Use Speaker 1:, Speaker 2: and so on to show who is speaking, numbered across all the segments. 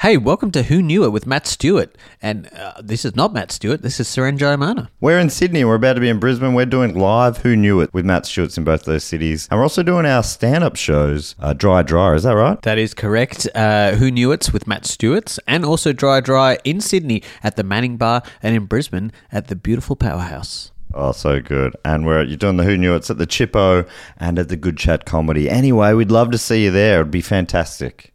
Speaker 1: Hey, welcome to Who Knew It with Matt Stewart. And uh, this is not Matt Stewart, this is Seren Jayamana.
Speaker 2: We're in Sydney. We're about to be in Brisbane. We're doing live Who Knew It with Matt Schultz in both those cities. And we're also doing our stand up shows, uh, Dry Dry. Is that right?
Speaker 1: That is correct. Uh, Who Knew It's with Matt Stewart's and also Dry Dry in Sydney at the Manning Bar and in Brisbane at the beautiful Powerhouse.
Speaker 2: Oh, so good. And we're you're doing the Who Knew It's at the Chippo and at the Good Chat Comedy. Anyway, we'd love to see you there. It'd be fantastic.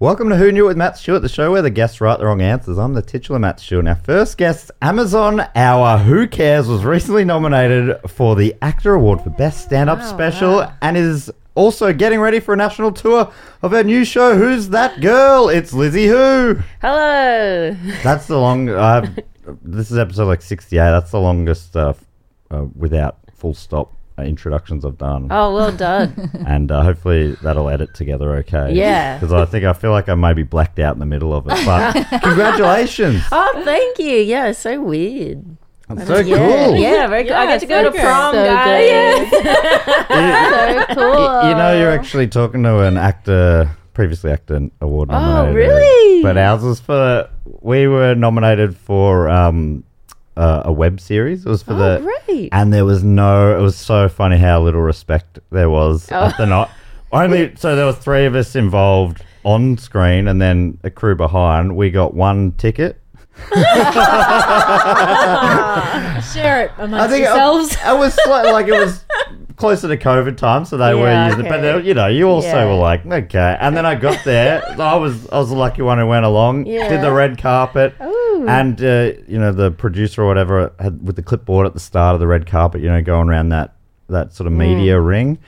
Speaker 2: Welcome to Who Knew It with Matt Stewart, the show where the guests write the wrong answers. I'm the titular Matt Stewart. And our first guest, Amazon Hour Who Cares, was recently nominated for the Actor Award for Best Stand Up Special and is also getting ready for a national tour of her new show, Who's That Girl? It's Lizzie Who.
Speaker 3: Hello.
Speaker 2: That's the long. Uh, this is episode like 68. That's the longest uh, f- uh, without full stop uh, introductions I've done.
Speaker 3: Oh, well done.
Speaker 2: And uh, hopefully that'll edit together okay.
Speaker 3: Yeah.
Speaker 2: Because I think I feel like I may be blacked out in the middle of it. But congratulations.
Speaker 3: oh, thank you. Yeah, it's so weird.
Speaker 2: That's so
Speaker 3: Yeah,
Speaker 2: cool.
Speaker 3: yeah, very cool. I get to go to prom, guys. so cool.
Speaker 2: Y- You know, you're actually talking to an actor, previously actor award nominated.
Speaker 3: Oh, really?
Speaker 2: But ours was for, we were nominated for um, uh, a web series. It was for the.
Speaker 3: Oh, great.
Speaker 2: And there was no, it was so funny how little respect there was
Speaker 3: Oh.
Speaker 2: at the night. Only, so there were three of us involved on screen and then a crew behind. We got one ticket.
Speaker 4: share it amongst
Speaker 2: I think
Speaker 4: yourselves.
Speaker 2: I, I was sli- like it was closer to COVID time, so they were
Speaker 3: Yeah,
Speaker 2: using it. But
Speaker 3: okay.
Speaker 2: they- you know, you also
Speaker 3: Yeah.
Speaker 2: were like, okay. And then I got there. I was I was the lucky one who went along. Did
Speaker 3: Yeah.
Speaker 2: the red carpet. And uh, you know the producer or whatever had with the clipboard at the start of the red carpet, you know, going around that that sort of media
Speaker 3: Mm.
Speaker 2: ring.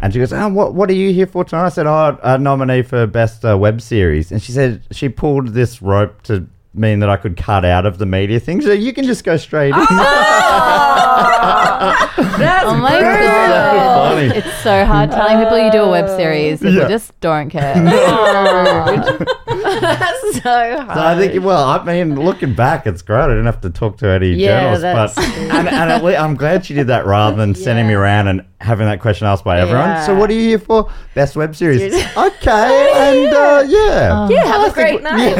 Speaker 2: And she goes, oh, what, what are you here for tonight? I said, oh, a nominee for best uh, web series. And she said she pulled this rope to mean that I could cut out of the media thing. So you can just go straight in.
Speaker 3: Ah,
Speaker 4: oh my
Speaker 2: God. Funny.
Speaker 4: It's so hard telling people you do a web series if
Speaker 2: Yeah.
Speaker 4: you just don't care.
Speaker 3: That's so hard.
Speaker 2: So I think, well, I mean, looking back, it's great. I didn't have to talk to any
Speaker 3: Yeah,
Speaker 2: journalists, but
Speaker 3: that's
Speaker 2: and, and at least, I'm glad she did that rather than sending me around and having that question asked by everyone.
Speaker 3: Yeah.
Speaker 2: So, what are you here for? Best web series. okay, and uh, yeah,
Speaker 3: yeah, have a great night.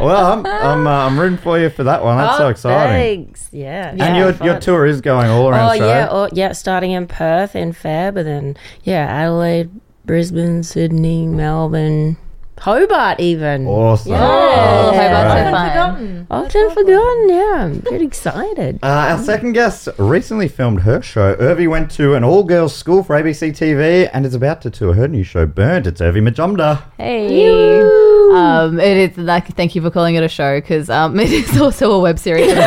Speaker 2: Well, I'm I'm, uh, I'm rooting for you for that one. That's so
Speaker 3: Oh,
Speaker 2: exciting.
Speaker 3: Thanks. Yeah.
Speaker 2: And your your tour is going all around
Speaker 3: Oh,
Speaker 2: Australia.
Speaker 3: yeah. Oh, yeah. Starting in Perth in Feb, and then, yeah, Adelaide, Brisbane, Sydney, Melbourne, Hobart, even.
Speaker 2: Awesome.
Speaker 4: Oh,
Speaker 2: Oh,
Speaker 3: Yeah.
Speaker 4: Hobart's so
Speaker 2: great.
Speaker 4: fun.
Speaker 3: Often forgotten. Yeah. I'm pretty excited.
Speaker 2: Uh, our second guest recently filmed her show. Irvy went to an all girls school for ABC TV and is about to tour her new show, Burnt. It's Irvy Majumda.
Speaker 4: Hey. Um, it is like thank you for calling it a show because um, it is also a web series. at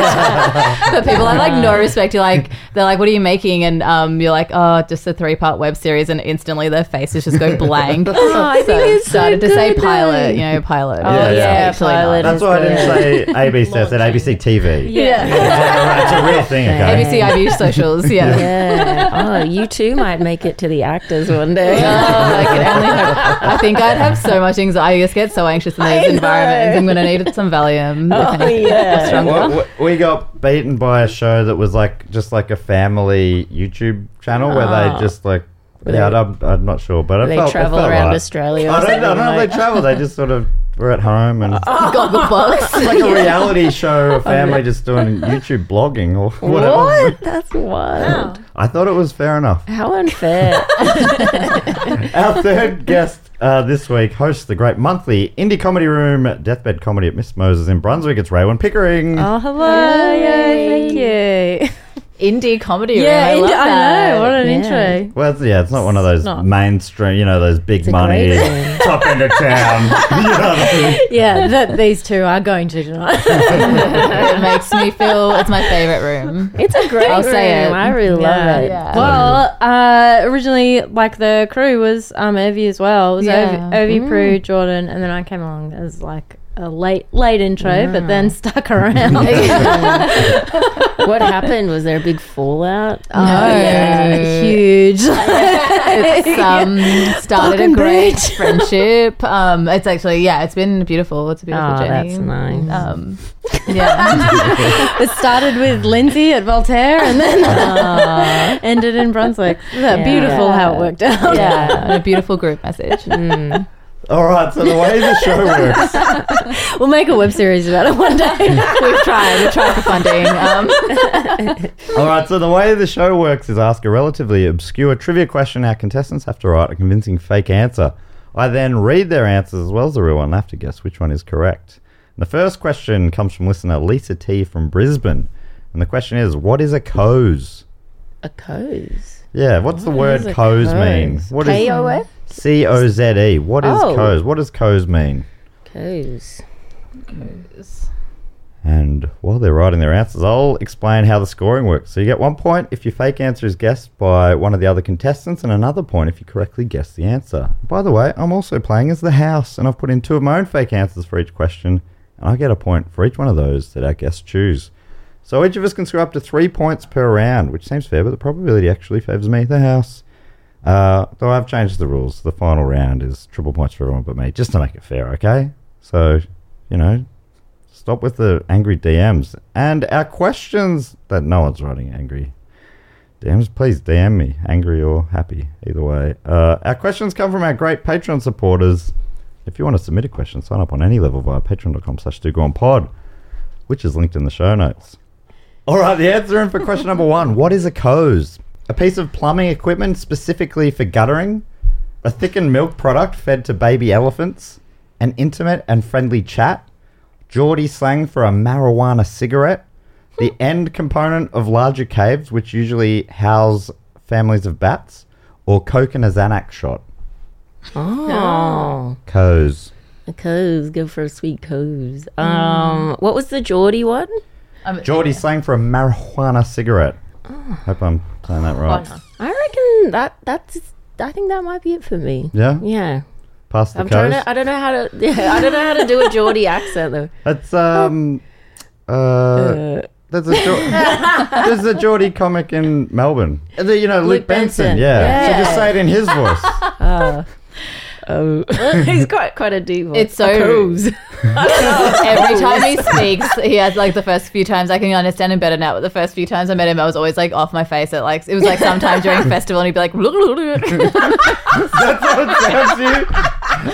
Speaker 4: the stage. but people have like no respect. You're like they're like, "What are you making?" And um, you're like, "Oh, just a three part web series." And instantly their faces just go blank. oh,
Speaker 3: I think it's so
Speaker 4: started to say
Speaker 3: good,
Speaker 4: pilot.
Speaker 3: though.
Speaker 4: You know, pilot.
Speaker 3: Oh,
Speaker 2: yeah,
Speaker 3: yeah,
Speaker 4: Actually not.
Speaker 3: pilot.
Speaker 2: That's why I didn't say ABC. I said ABC TV.
Speaker 4: Yeah.
Speaker 2: It's a real thing, okay?
Speaker 4: ABC IB socials. Yeah.
Speaker 3: Yeah. oh, you too might make it to the actors one day.
Speaker 4: Oh, I, can only hope. I think I'd have so much anxiety. I just get so anxious in these environments. I'm going to need some Valium. if
Speaker 3: Oh,
Speaker 4: anything.
Speaker 3: yeah.
Speaker 4: Stronger.
Speaker 2: Well, w- we got beaten by a show that was like just like a family YouTube channel where they just like. Yeah, I'm, I'm not sure, but I
Speaker 3: Ah. They
Speaker 2: felt, it
Speaker 3: travel
Speaker 2: felt
Speaker 3: around
Speaker 2: right.
Speaker 3: Australia. Or
Speaker 2: I don't, I
Speaker 3: something
Speaker 2: don't know if
Speaker 3: like- Oh,
Speaker 2: they travel. They just sort of were at home and
Speaker 4: Got the box.
Speaker 2: it's like a reality show. A family just doing YouTube blogging or whatever.
Speaker 3: What? That's wild.
Speaker 2: I thought it was fair enough.
Speaker 3: How unfair.
Speaker 2: Our third guest uh, this week hosts the great monthly indie comedy room, Deathbed Comedy at Miss Moses in Brunswick. It's Raywin Pickering.
Speaker 3: oh, hello.
Speaker 4: Thank you. indie comedy.
Speaker 3: yeah,
Speaker 4: room. I,
Speaker 3: indi-
Speaker 4: love
Speaker 3: I know.
Speaker 4: that.
Speaker 3: What an
Speaker 4: Yeah.
Speaker 3: intro.
Speaker 2: Well, it's, yeah, it's not one of those
Speaker 3: not.
Speaker 2: mainstream, you know, those big
Speaker 3: a
Speaker 2: money
Speaker 3: great one.
Speaker 2: top end of town. You know what I mean?
Speaker 3: Yeah, that these two are going to tonight.
Speaker 4: it makes me feel it's my favorite room.
Speaker 3: It's a great
Speaker 4: I'll say
Speaker 3: room.
Speaker 4: it.
Speaker 3: I really
Speaker 4: Yeah,
Speaker 3: love it.
Speaker 4: yeah.
Speaker 3: Well,
Speaker 5: Mm-hmm.
Speaker 3: uh, originally, like the crew was um Evie as well. It was
Speaker 4: Yeah.
Speaker 3: Evie, Evie
Speaker 5: Mm.
Speaker 3: Prue, Jordan, and then I came along as like a late late intro, but then stuck around.
Speaker 5: Mm. what happened? Was there a big fallout?
Speaker 4: Oh,
Speaker 3: yeah, huge.
Speaker 4: it's um, started a great friendship. Um, it's actually yeah, it's been beautiful. It's a beautiful
Speaker 5: oh,
Speaker 4: journey.
Speaker 5: that's nice.
Speaker 4: Um, yeah,
Speaker 3: it started with Lindsay at Voltaire, and then ended in Brunswick. Yeah, Beautiful how it worked out.
Speaker 4: yeah, and a beautiful group message.
Speaker 2: All right, so the way the show works.
Speaker 3: We'll make a web series about it one day.
Speaker 4: We've tried, we've tried for funding. Um,
Speaker 2: All right, so the way the show works is ask a relatively obscure trivia question. Our contestants have to write a convincing fake answer. I then read their answers as well as the real one. I have to guess which one is correct. And the first question comes from listener Lisa T from Brisbane. And the question is, what is a coze?
Speaker 5: a coze.
Speaker 2: Yeah, what's the word
Speaker 5: a
Speaker 2: coze,
Speaker 5: coze?
Speaker 2: mean? What is
Speaker 5: K-O-S?
Speaker 2: C O Z E? What is
Speaker 5: Oh.
Speaker 2: coze? What does coze mean?
Speaker 5: Coze.
Speaker 2: And while they're writing their answers, I'll explain how the scoring works. So you get one point if your fake answer is guessed by one of the other contestants, and another point if you correctly guess the answer. By the way, I'm also playing as the house, and I've put in two of my own fake answers for each question, and I get a point for each one of those that our guests choose. So each of us can score up to three points per round, which seems fair, but the probability actually favours me, the house. Uh, though I've changed the rules. The final round is triple points for everyone but me, just to make it fair, okay? So, you know, Stop with the angry DMs and our questions that no one's writing angry. DMs, please DM me, angry or happy, either way. Uh, our questions come from our great Patreon supporters. If you want to submit a question, sign up on any level via patreon.com slash pod, which is linked in the show notes. All right, the answer in for question number one. What is a coze? A piece of plumbing equipment specifically for guttering, a thickened milk product fed to baby elephants, an intimate and friendly chat, Geordie slang for a marijuana cigarette, the
Speaker 5: Hmm.
Speaker 2: end component of larger caves, which usually house families of bats, or coke and a Xanax shot.
Speaker 5: Oh,
Speaker 2: Coze.
Speaker 5: a coze. Go for a sweet coze.
Speaker 4: Mm.
Speaker 5: Um, what was the Geordie one?
Speaker 4: um,
Speaker 2: Geordie slang for a marijuana cigarette.
Speaker 5: Oh.
Speaker 2: Hope I'm saying that right.
Speaker 5: I reckon that that's. I think that might be it for me.
Speaker 2: Yeah?
Speaker 5: Yeah.
Speaker 2: Pass the
Speaker 5: I'm trying
Speaker 2: coze.
Speaker 5: to. I don't know how to. Yeah, I don't know how to do a Geordie accent though.
Speaker 2: It's um uh, there's a Geor- there's a Geordie comic in Melbourne. Uh, the- You know Luke,
Speaker 5: Luke
Speaker 2: Benson.
Speaker 5: Benson.
Speaker 2: Yeah. So just say it in his voice.
Speaker 5: Oh, he's quite quite a deep voice.
Speaker 4: It's so-
Speaker 5: A coze.
Speaker 4: Every time he speaks, he has like the first few times I can understand him better now. But the first few times I met him, I was always like off my face. At like it was like sometime during festival, and he'd be like,
Speaker 2: That's how it sounds to you.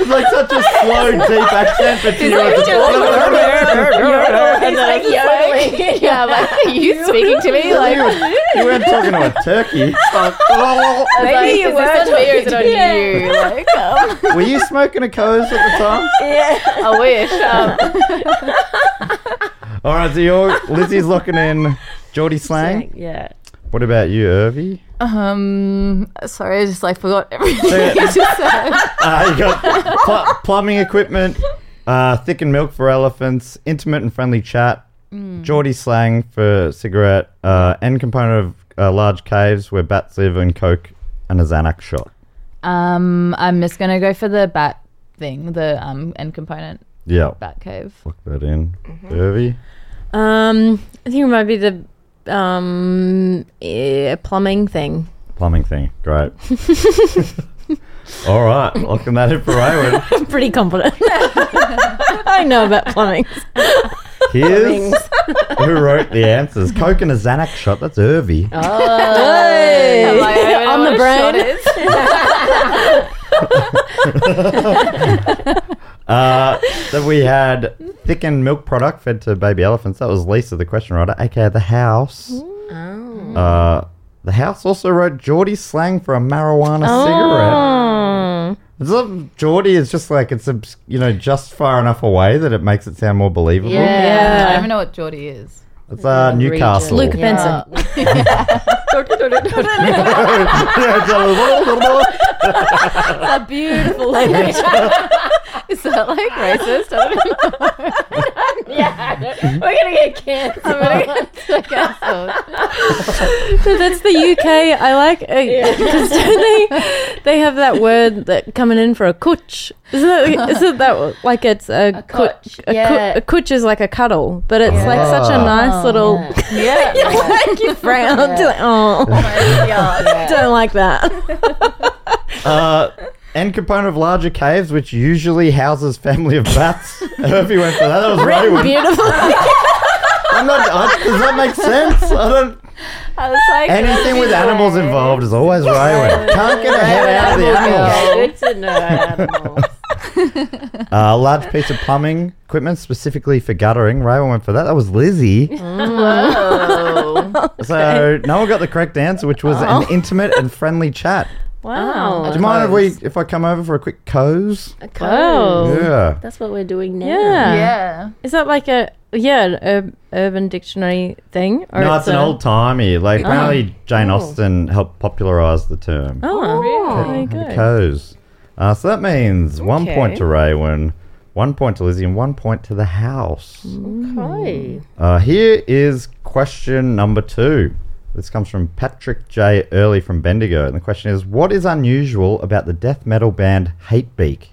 Speaker 2: It's like such a slow, deep accent, but you know it's
Speaker 5: He's like yodeling.
Speaker 4: "Yeah, I'm like are you speaking to me?" Like, I was
Speaker 2: you, you weren't talking to a turkey. Fuck. Oh.
Speaker 4: like,
Speaker 5: you
Speaker 4: "Is
Speaker 5: were
Speaker 4: this on me or is it on
Speaker 5: talking- Yeah.
Speaker 4: you?" Like, um,
Speaker 2: Were you smoking a coze at the time?
Speaker 4: I wish. Um,
Speaker 2: All right, so you're, Lizzie's locking in Geordie slang.
Speaker 5: Yeah.
Speaker 2: What about you, Irvy?
Speaker 4: Um, sorry, I just like forgot everything.
Speaker 2: Yeah.
Speaker 4: you just said.
Speaker 2: Uh, you got pl- plumbing equipment, uh, thickened milk for elephants, intimate and friendly chat, Geordie slang for cigarette, uh, end component of uh, large caves where bats live, and coke and a Xanax shot.
Speaker 4: Um, I'm just gonna go for the bat thing, the um end component
Speaker 2: Yeah,
Speaker 4: bat cave.
Speaker 2: lock that in. Irvy.
Speaker 3: Um, I think it might be the um eh, plumbing thing.
Speaker 2: Plumbing thing. Great. All right, locking that in for Rayward.
Speaker 3: I'm pretty confident. I know about plumbing.
Speaker 2: Here's who wrote the answers. Coke and a Xanax shot. That's Irvy.
Speaker 4: I'm like, I don't know
Speaker 3: On
Speaker 4: what
Speaker 3: the
Speaker 4: a
Speaker 3: brain.
Speaker 4: shot is.
Speaker 2: Uh, then we had thickened milk product fed to baby elephants. That was Lisa, the question writer, aka the house. Uh, the house also wrote Geordie slang for a marijuana cigarette. So Geordie is just like it's obs- you know just far enough away that it makes it sound more believable.
Speaker 4: Yeah.
Speaker 3: Yeah.
Speaker 4: I don't even know what Geordie is.
Speaker 2: It's uh, Newcastle.
Speaker 3: Luke Benson.
Speaker 4: That's a beautiful language. Is that like racist? I don't know.
Speaker 3: We're gonna get canceled.
Speaker 6: So that's the UK. I like because don't they they have that word that coming in for a kutch. Isn't it? Isn't that like it's a, a
Speaker 5: kutch,
Speaker 6: A,
Speaker 5: yeah.
Speaker 6: kut- a kutch is like a cuddle, but it's like such a
Speaker 2: Oh.
Speaker 6: nice little.
Speaker 4: Ah. Yeah.
Speaker 6: like you frown. like, oh, don't like that.
Speaker 2: Uh, end component of larger caves, which usually houses family of bats. Murphy went for that. That was right.
Speaker 6: Beautiful.
Speaker 2: I'm not. I, does that make sense? I don't.
Speaker 4: I was like,
Speaker 2: Anything with animals involved is always right. Can't get a head out of the animals.
Speaker 5: Good to know animals.
Speaker 2: Uh, large piece of plumbing equipment specifically for guttering. Raven went for that. That was Lizzie. So no one got the correct answer, which was an intimate and friendly chat.
Speaker 5: Wow.
Speaker 2: Do you mind if we if I come over for a quick coze?
Speaker 5: A code.
Speaker 6: Oh,
Speaker 2: Yeah.
Speaker 5: That's what we're doing now.
Speaker 6: yeah.
Speaker 4: yeah.
Speaker 6: Is that like a yeah an ur- urban dictionary thing? Or
Speaker 2: No, it's an
Speaker 6: a-
Speaker 2: old timey. Like apparently Jane Austen helped popularize the term.
Speaker 6: Oh,
Speaker 2: Okay,
Speaker 6: really? There you
Speaker 2: the
Speaker 6: go.
Speaker 2: coes. Uh, so that means one point
Speaker 5: Okay.
Speaker 2: to Raywin, one point to Lizzie, and one point to the house.
Speaker 5: Okay.
Speaker 2: Uh, here is question number two. This comes from Patrick J. Early from Bendigo. And the question is What is unusual about the death metal band Hatebeak?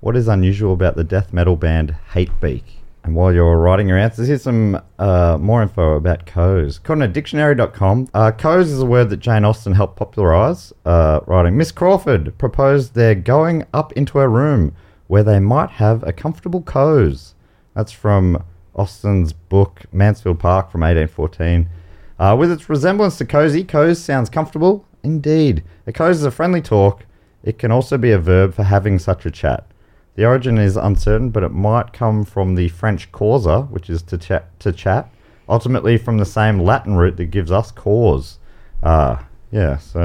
Speaker 2: What is unusual about the death metal band Hatebeak? And while you're writing your answers, here's some uh, more info about Coes. According to dictionary.com, uh, Coes is a word that Jane Austen helped popularise, uh, writing Miss Crawford proposed their going up into a room where they might have a comfortable Coes. That's from Austin's book Mansfield Park from 1814. Uh, with its resemblance to cozy, cozy sounds comfortable. Indeed. A cozy is a friendly talk. It can also be a verb for having such a chat. The origin is uncertain, but it might come from the French causa, which is to, cha- to chat, ultimately from the same Latin root that gives us cause. Uh, yeah, so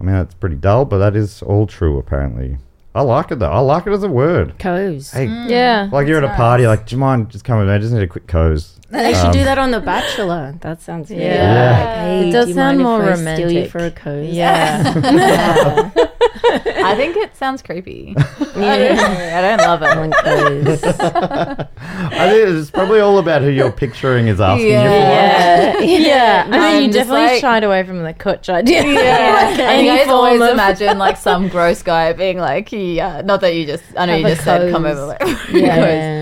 Speaker 2: I mean, that's pretty dull, but that is all true, apparently. I like it, though. I like it as a word.
Speaker 5: Codes.
Speaker 2: Hey,
Speaker 6: Yeah.
Speaker 2: like you're at a party, like, do you mind just coming over? I just need a quick coze.
Speaker 5: They should do that on The Bachelor. That sounds really
Speaker 4: Yeah.
Speaker 5: like, hey,
Speaker 6: It does
Speaker 5: do you
Speaker 6: sound
Speaker 5: mind
Speaker 6: more
Speaker 5: if I steal you
Speaker 6: romantic.
Speaker 5: for a code.
Speaker 6: Yeah.
Speaker 4: I think it sounds creepy. I don't love it.
Speaker 2: I think it's probably all about who you're picturing is asking
Speaker 6: yeah. yeah. I mean,
Speaker 4: I'm
Speaker 6: you
Speaker 4: just
Speaker 6: definitely
Speaker 4: like-
Speaker 6: shied away from the kutch idea.
Speaker 4: Yeah,
Speaker 6: Like
Speaker 4: I think I
Speaker 6: any
Speaker 4: just always
Speaker 6: form of-
Speaker 4: imagine like some gross guy being like, "Yeah, not that you just, I know you
Speaker 6: Have a
Speaker 4: just said come
Speaker 6: coze.
Speaker 4: over." Like,
Speaker 5: Yeah.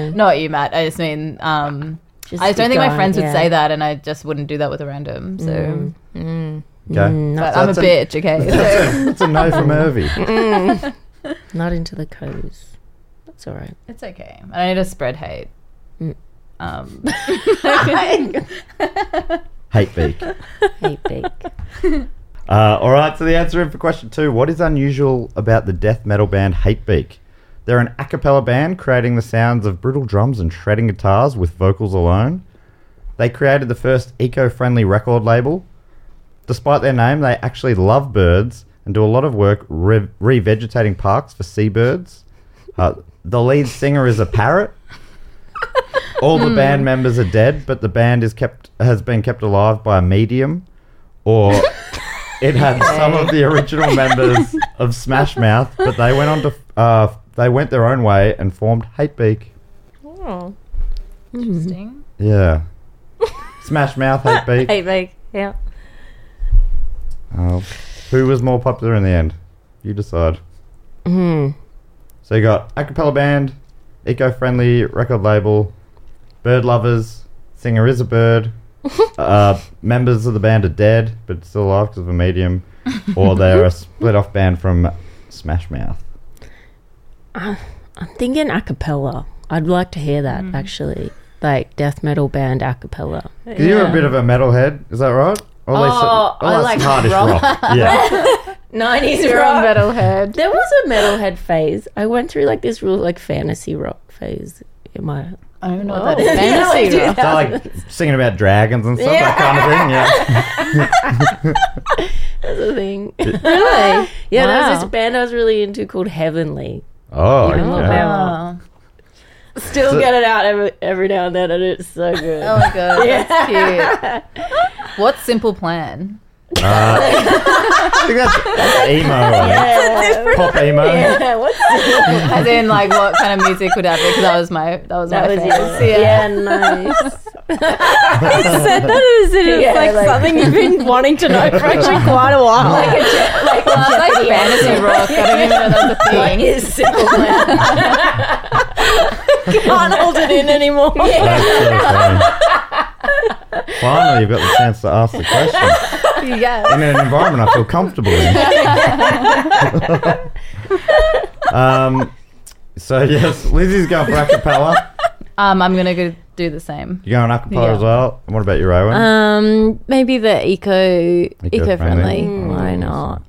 Speaker 4: coze. not you, Matt. I just mean, um, I just don't think my friends would say that, and I just wouldn't do that with a random. So,
Speaker 2: for. Okay.
Speaker 4: but
Speaker 2: So
Speaker 4: Mm, I'm a
Speaker 2: that's an-
Speaker 4: bitch, okay? So
Speaker 2: It's a no from Irvy.
Speaker 5: Not into the codes. That's all right.
Speaker 4: it's okay. I don't need to spread hate. Um,
Speaker 2: Hate beak.
Speaker 5: Hey, big.
Speaker 2: Uh, all right, so the answer in for question two What is unusual about the death metal band Hatebeak? They're an a cappella band creating the sounds of brutal drums and shredding guitars with vocals alone. They created the first eco friendly record label. Despite their name, they actually love birds and do a lot of work re- revegetating parks for seabirds. Uh, the lead singer is a parrot. All the band members are dead, but the band is kept has been kept alive by a medium, or it had some of the original members of Smash Mouth, but they went on to uh, they went their own way and formed Hatebeak.
Speaker 4: interesting.
Speaker 2: Yeah, Smash Mouth Hatebeak.
Speaker 6: Eight bake. Yeah.
Speaker 2: Uh, who was more popular in the end? You decide.
Speaker 5: Mm.
Speaker 2: So you got a cappella band, eco-friendly record label, bird lovers, singer is a bird, uh, members of the band are dead but still alive because of a medium, or they're a split-off band from Smash Mouth.
Speaker 5: I'm thinking a cappella. I'd like to hear that, actually. Like death metal band a cappella.
Speaker 2: 'Cause you're a bit of a metalhead, is that right? Or at least-
Speaker 5: Oh,
Speaker 2: or
Speaker 5: I
Speaker 2: that's
Speaker 5: like
Speaker 2: hardish rock.
Speaker 5: rock.
Speaker 2: Yeah.
Speaker 5: 90s rock. There was a metalhead phase. I went through like this real like fantasy rock phase in my
Speaker 4: I don't know what that is.
Speaker 5: fantasy rock.
Speaker 2: So like singing about dragons and stuff, that kind of thing. Yeah.
Speaker 5: the thing. really? Yeah, there was
Speaker 6: Wow.
Speaker 5: this band I was really into called Heavenly.
Speaker 2: Oh,
Speaker 5: Even
Speaker 2: okay.
Speaker 5: though they were-
Speaker 4: Oh.
Speaker 5: Still get it out every every now and then, and it's so good.
Speaker 4: Oh my god, that's cute. What simple plan?
Speaker 2: I think that's, that's emo. Pop emo.
Speaker 5: yeah, what's
Speaker 4: As in, like, what kind of music would that be? Because that was my that was
Speaker 5: that?
Speaker 4: my
Speaker 5: Was
Speaker 4: face.
Speaker 5: yours. Yeah. nice.
Speaker 6: said that as if it's
Speaker 5: Yeah,
Speaker 6: like,
Speaker 5: like-
Speaker 6: something you've been wanting to know for actually quite a while.
Speaker 4: Well, I was like fantasy rock. I don't even know that's a
Speaker 5: Like,
Speaker 4: thing.
Speaker 5: it's simple. Can't hold it in anymore.
Speaker 2: That's so funny. Finally, you've got the chance to ask the question
Speaker 4: Yeah.
Speaker 2: in an environment I feel comfortable in. um, so yes, Lizzie's going for acapella.
Speaker 4: Um, I'm gonna go do the same.
Speaker 2: You're going acapella
Speaker 4: Yeah.
Speaker 2: as well. And what about you, Rowan?
Speaker 6: Um, maybe the eco eco friendly. Why
Speaker 2: Mm.
Speaker 6: not?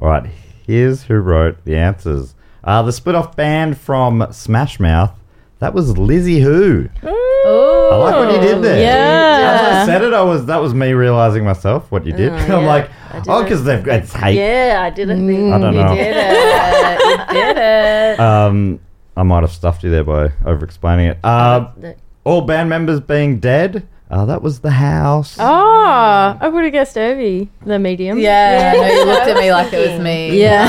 Speaker 2: All right, here's who wrote the answers. Uh, the split off band from Smash Mouth. That was Lizzie Who.
Speaker 4: Ooh.
Speaker 2: I like what you did there. As I
Speaker 6: Yeah.
Speaker 2: said it, I was that was me realizing myself what you did. I'm like, oh, because they've got it's hate.
Speaker 5: Yeah, I didn't
Speaker 6: Mm.
Speaker 5: think
Speaker 2: I don't know.
Speaker 5: you did it. You did it.
Speaker 2: Um, I might have stuffed you there by over explaining it. Uh, all band members being dead. Uh, that was the house.
Speaker 6: Oh, I would have guessed Ovi, the medium.
Speaker 4: Yeah. No, you looked at me like it was me.
Speaker 6: Yeah.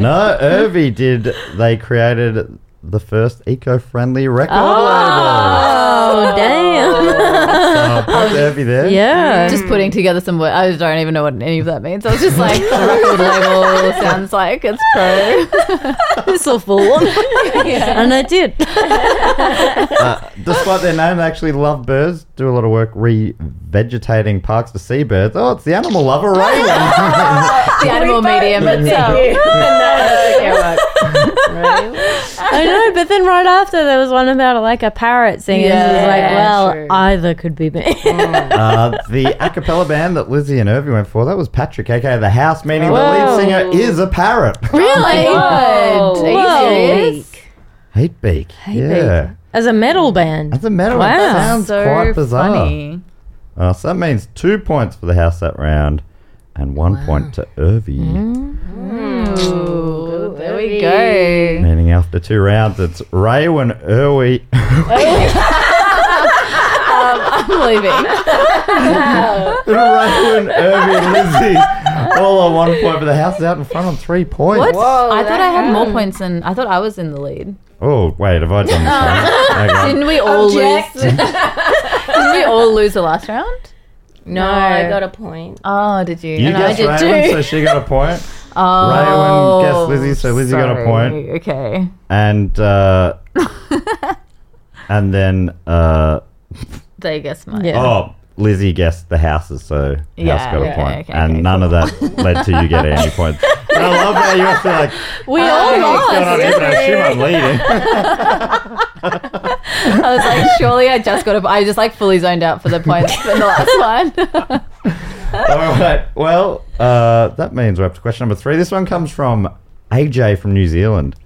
Speaker 2: No, Irvy did. They created the first eco-friendly record
Speaker 6: Oh, damn.
Speaker 2: label. Uh, put Irvy there.
Speaker 6: yeah.
Speaker 4: Just putting together some words. I don't even know what any of that means. I was just like, the record label sounds like it's pro.
Speaker 6: This awful one. And I did.
Speaker 2: Uh, despite their name, they actually love birds. Do a lot of work revegetating parks for seabirds. Oh, it's the animal lover Raven.
Speaker 4: The animal medium itself.
Speaker 6: I know, but then right after there was one about like a parrot singing. Yeah,
Speaker 4: Yeah,
Speaker 6: like, well,
Speaker 5: true.
Speaker 6: either could be me.
Speaker 2: uh, the a cappella band that Lizzie and Irvy went for, that was Patrick, aka The House, meaning the lead singer is a parrot.
Speaker 6: really?
Speaker 4: Good. Are you
Speaker 6: Whoa.
Speaker 4: serious?
Speaker 2: Hatebeak. yeah.
Speaker 6: As a metal band.
Speaker 2: That's a metal.
Speaker 6: Wow.
Speaker 2: That sounds
Speaker 4: So
Speaker 2: quite bizarre.
Speaker 4: funny.
Speaker 2: Uh, so that means two points for the house that round and one point to Irvy.
Speaker 6: Mm.
Speaker 4: Ooh, there we go.
Speaker 2: Meaning after two rounds, it's Raywin, Irwy,
Speaker 4: I'm leaving.
Speaker 2: Raywin, Irvy, Lizzie. All on one point, but the house is out in front on three points.
Speaker 4: What? I thought I had more points than I thought I was in the lead.
Speaker 2: Oh, wait, have I done this wrong? Hang on.
Speaker 4: Didn't we all lose? Didn't we all lose the last round?
Speaker 5: No, Oh, I got a point.
Speaker 4: Oh, did you?
Speaker 2: You
Speaker 4: And I
Speaker 2: guessed
Speaker 4: did
Speaker 2: Raywin,
Speaker 4: too.
Speaker 2: so she got a point.
Speaker 4: Oh,
Speaker 2: Raywin guessed Lizzie, so Lizzie got a
Speaker 4: sorry.
Speaker 2: point.
Speaker 4: Okay.
Speaker 2: And, uh, and then, uh,
Speaker 4: They guessed mine.
Speaker 2: Oh, Lizzie guessed the houses, so house
Speaker 4: Yeah,
Speaker 2: got a
Speaker 4: yeah,
Speaker 2: point.
Speaker 4: okay,
Speaker 2: and
Speaker 4: okay,
Speaker 2: none of that led to you getting any points. But I love how you have to like,
Speaker 4: Oh,
Speaker 6: We all
Speaker 2: what's going on?
Speaker 6: lost.
Speaker 2: Even though she might lead
Speaker 4: I was like, surely I just got a. I just like fully zoned out for the points in the last one.
Speaker 2: it. All right. Well, uh, that means we're up to question number three. This one comes from AJ from New Zealand.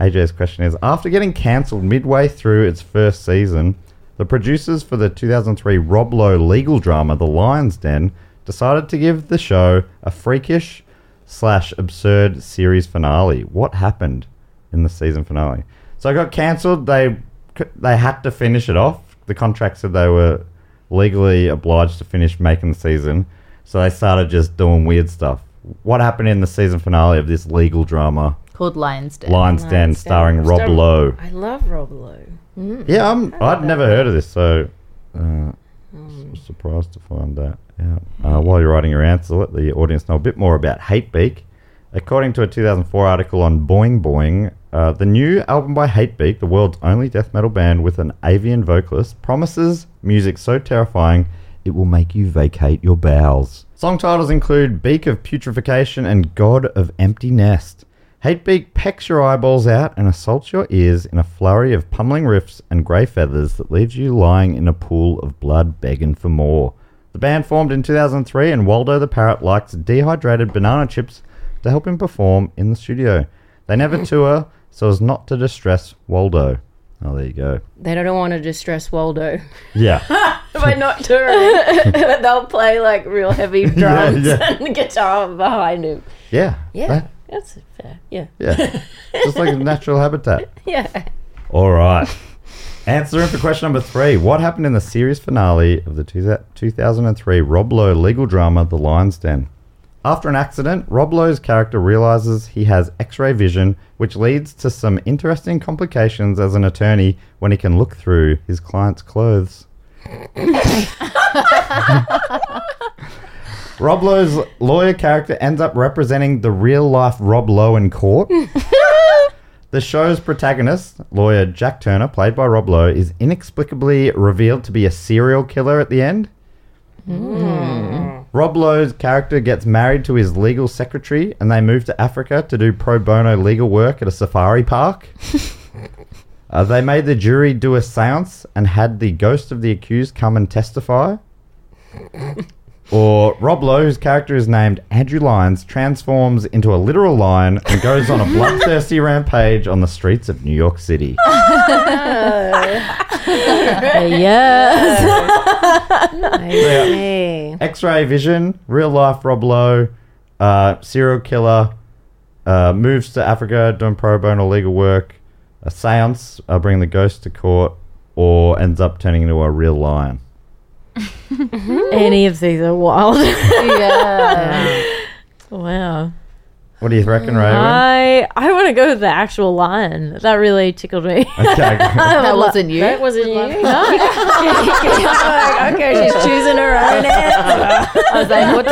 Speaker 2: AJ's question is After getting cancelled midway through its first season, the producers for the 2003 Rob Lowe legal drama, The Lion's Den, decided to give the show a freakish slash absurd series finale. What happened in the season finale? So it got cancelled. They c- they had to finish it off. The contract said they were legally obliged to finish making the season, so they started just doing weird stuff. What happened in the season finale of this legal drama?
Speaker 4: Called Lion's Den.
Speaker 2: Lion's Den starring Rob
Speaker 5: Starring-
Speaker 2: Lowe.
Speaker 5: I love Rob Lowe.
Speaker 2: Yeah, I'm, I'd never heard of this, so uh, s- surprised to find that out. Uh, while you're writing your answer, let the audience know a bit more about Hatebeak. According to a 2004 article on Boing Boing, uh, the new album by Hatebeak, the world's only death metal band with an avian vocalist, promises music so terrifying it will make you vacate your bowels. Song titles include Beak of Putrefaction and God of Empty Nest. Hatebeak pecks your eyeballs out and assaults your ears in a flurry of pummeling riffs and grey feathers that leaves you lying in a pool of blood begging for more. The band formed in 2003 and Waldo the Parrot likes dehydrated banana chips to help him perform in the studio. They never tour so as not to distress Waldo. Oh, there you go.
Speaker 5: They don't want to distress Waldo
Speaker 2: Yeah.
Speaker 5: by not touring, but they'll play like real heavy drums
Speaker 2: yeah.
Speaker 5: and guitar behind him.
Speaker 2: Yeah.
Speaker 5: Yeah,
Speaker 2: That-
Speaker 5: that's fair. Yeah,
Speaker 2: yeah. Just like a natural habitat.
Speaker 5: yeah.
Speaker 2: All right. Answering for question number three. What happened in the series finale of the two, 2003 Rob Lowe legal drama, The Lion's Den? After an accident, Rob Lowe's character realizes he has x ray vision, which leads to some interesting complications as an attorney when he can look through his client's clothes. Rob Lowe's lawyer character ends up representing the real life Rob Lowe in court. The show's protagonist, lawyer Jack Turner, played by Rob Lowe, is inexplicably revealed to be a serial killer at the end. Rob Lowe's character gets married to his legal secretary and they move to Africa to do pro bono legal work at a safari park. Uh, they made the jury do a seance and had the ghost of the accused come and testify. Or Rob Lowe, whose character is named Andrew Lyons, transforms into a literal lion and goes on a bloodthirsty rampage on the streets of New York City.
Speaker 6: Oh, yes.
Speaker 2: X ray vision, real life Rob Lowe, uh, serial killer, uh, moves to Africa doing pro bono legal work, a seance, uh, bringing the ghost to court, or ends up turning into a real lion.
Speaker 6: Any of these are wild.
Speaker 4: yeah.
Speaker 6: wow.
Speaker 2: What do you reckon, Raven?
Speaker 6: Mm, I I want to go with the actual lion. That really tickled me.
Speaker 2: Okay.
Speaker 4: That wasn't you.
Speaker 5: That wasn't you.
Speaker 6: okay, she's choosing her own
Speaker 4: I was like, what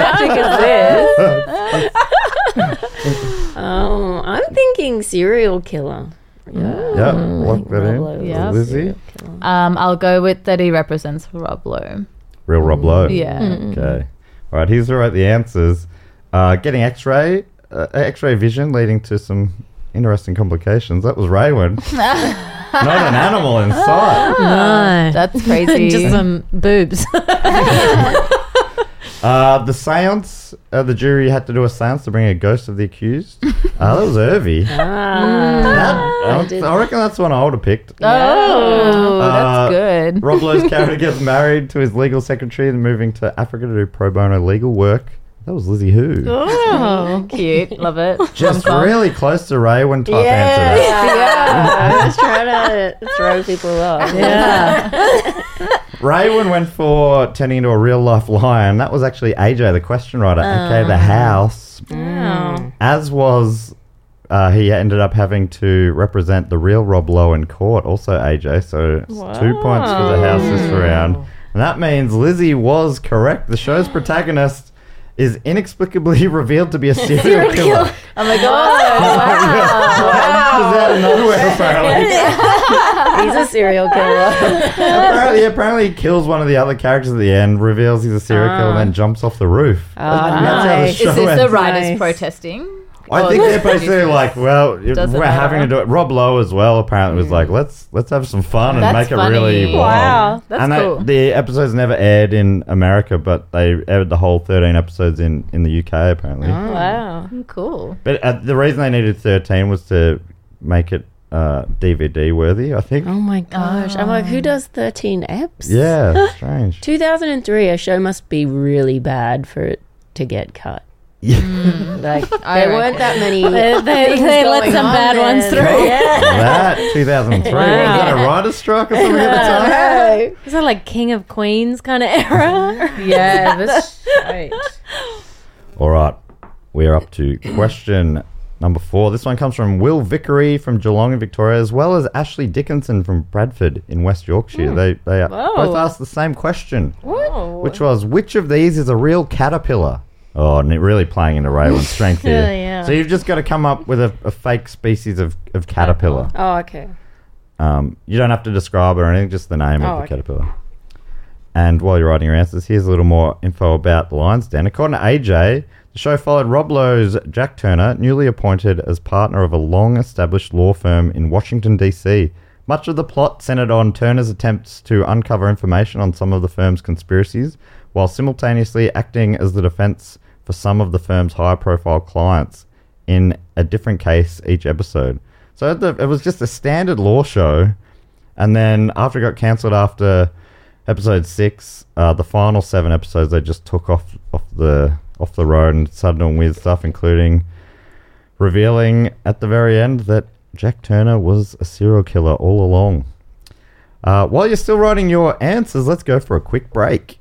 Speaker 4: tactic is this?
Speaker 5: Um, I'm thinking serial killer.
Speaker 2: yep, lock that in.
Speaker 5: Probably.
Speaker 4: Yeah.
Speaker 2: Lizzie?
Speaker 4: Um, I'll go with that he represents Rob Lowe.
Speaker 2: Real Rob Lowe.
Speaker 4: Yeah.
Speaker 2: Okay. All right. Here's right the answers. Uh, getting X-ray, uh, X-ray vision, leading to some interesting complications. That was Rayward. Not an animal in sight.
Speaker 4: That's crazy.
Speaker 6: Just some boobs.
Speaker 2: Uh, the seance. Uh, the jury had to do a seance to bring a ghost of the accused. Uh, that was Irvy. That- I, reckon that's one I would have picked.
Speaker 4: Oh,
Speaker 2: Uh,
Speaker 4: that's good.
Speaker 2: Rob Lowe's character gets married to his legal secretary and moving to Africa to do pro bono legal work. That was Lizzie Who.
Speaker 4: Oh, cute. Love it.
Speaker 2: Just really close to Ray when type answer. that.
Speaker 5: Yeah, I was trying to throw people off.
Speaker 2: Raywin went for turning into a real life lion. That was actually AJ, the question writer. okay, the house. As was, uh, he ended up having to represent the real Rob Lowe in court, also AJ. So it's two points for the house this round. And that means Lizzie was correct. The show's protagonist is inexplicably revealed to be a serial killer.
Speaker 4: Oh my god.
Speaker 2: Just out of nowhere, apparently.
Speaker 5: He's a serial killer.
Speaker 2: apparently, apparently he kills one of the other characters at the end, reveals he's a serial killer, and then jumps off the roof. That's how the
Speaker 4: Ah. Is
Speaker 2: show
Speaker 4: this the
Speaker 2: ends.
Speaker 4: writers
Speaker 5: Nice.
Speaker 4: protesting?
Speaker 2: I
Speaker 4: Or
Speaker 2: think
Speaker 4: the
Speaker 2: they're basically
Speaker 4: producers?
Speaker 2: like, well, if
Speaker 4: Doesn't
Speaker 2: we're having to
Speaker 4: matter. Hmm.
Speaker 2: do it. Rob Lowe as well apparently was like, let's let's have some fun and
Speaker 4: That's
Speaker 2: make it
Speaker 4: funny.
Speaker 2: really wild.
Speaker 4: Wow, that's
Speaker 2: and they-
Speaker 4: cool.
Speaker 2: the episodes never aired in America, but they aired the whole 13 episodes in in the UK apparently.
Speaker 4: Ah.
Speaker 5: wow.
Speaker 4: Cool.
Speaker 2: But uh, the reason they needed 13 was to make it uh, DVD worthy, I think.
Speaker 5: Oh my gosh. I'm like, who does 13 eps?
Speaker 2: Yeah, strange.
Speaker 5: 2003, a show must be really bad for it to get cut.
Speaker 2: Yeah.
Speaker 5: Like,
Speaker 4: I
Speaker 5: there weren't
Speaker 4: reckon.
Speaker 5: that many.
Speaker 6: they they, they let
Speaker 5: going
Speaker 6: some
Speaker 5: on
Speaker 6: bad
Speaker 5: there.
Speaker 6: ones
Speaker 5: Oh.
Speaker 6: through.
Speaker 2: that 2003 was that a writer's strike or something at the time?
Speaker 6: Is that like King of Queens kind of era?
Speaker 4: Yeah, this
Speaker 2: All right, we are up to question number four. This one comes from Will Vickery from Geelong in Victoria, as well as Ashley Dickinson from Bradford in West Yorkshire.
Speaker 5: Hmm.
Speaker 2: They they uh, both asked the same question, which was which of these is a real caterpillar? Oh, and it really playing into Raylan's strength here. So you've just got to come up with a, a fake species of, of caterpillar.
Speaker 5: Oh, okay.
Speaker 2: Um, you don't have to describe it or anything, just the name of the
Speaker 5: Oh, okay.
Speaker 2: caterpillar. And while you're writing your answers, here's a little more info about the Lions Den. According to AJ, the show followed Rob Lowe's Jack Turner, newly appointed as partner of a long established law firm in Washington, D.C. Much of the plot centered on Turner's attempts to uncover information on some of the firm's conspiracies, while simultaneously acting as the defense for some of the firm's high profile clients in a different case each episode. So the, it was just a standard law show. And then after it got cancelled after episode six, uh, the final seven episodes they just took off off the off the road and started doing weird stuff, including revealing at the very end that Jack Turner was a serial killer all along. Uh, while you're still writing your answers, let's go for a quick break.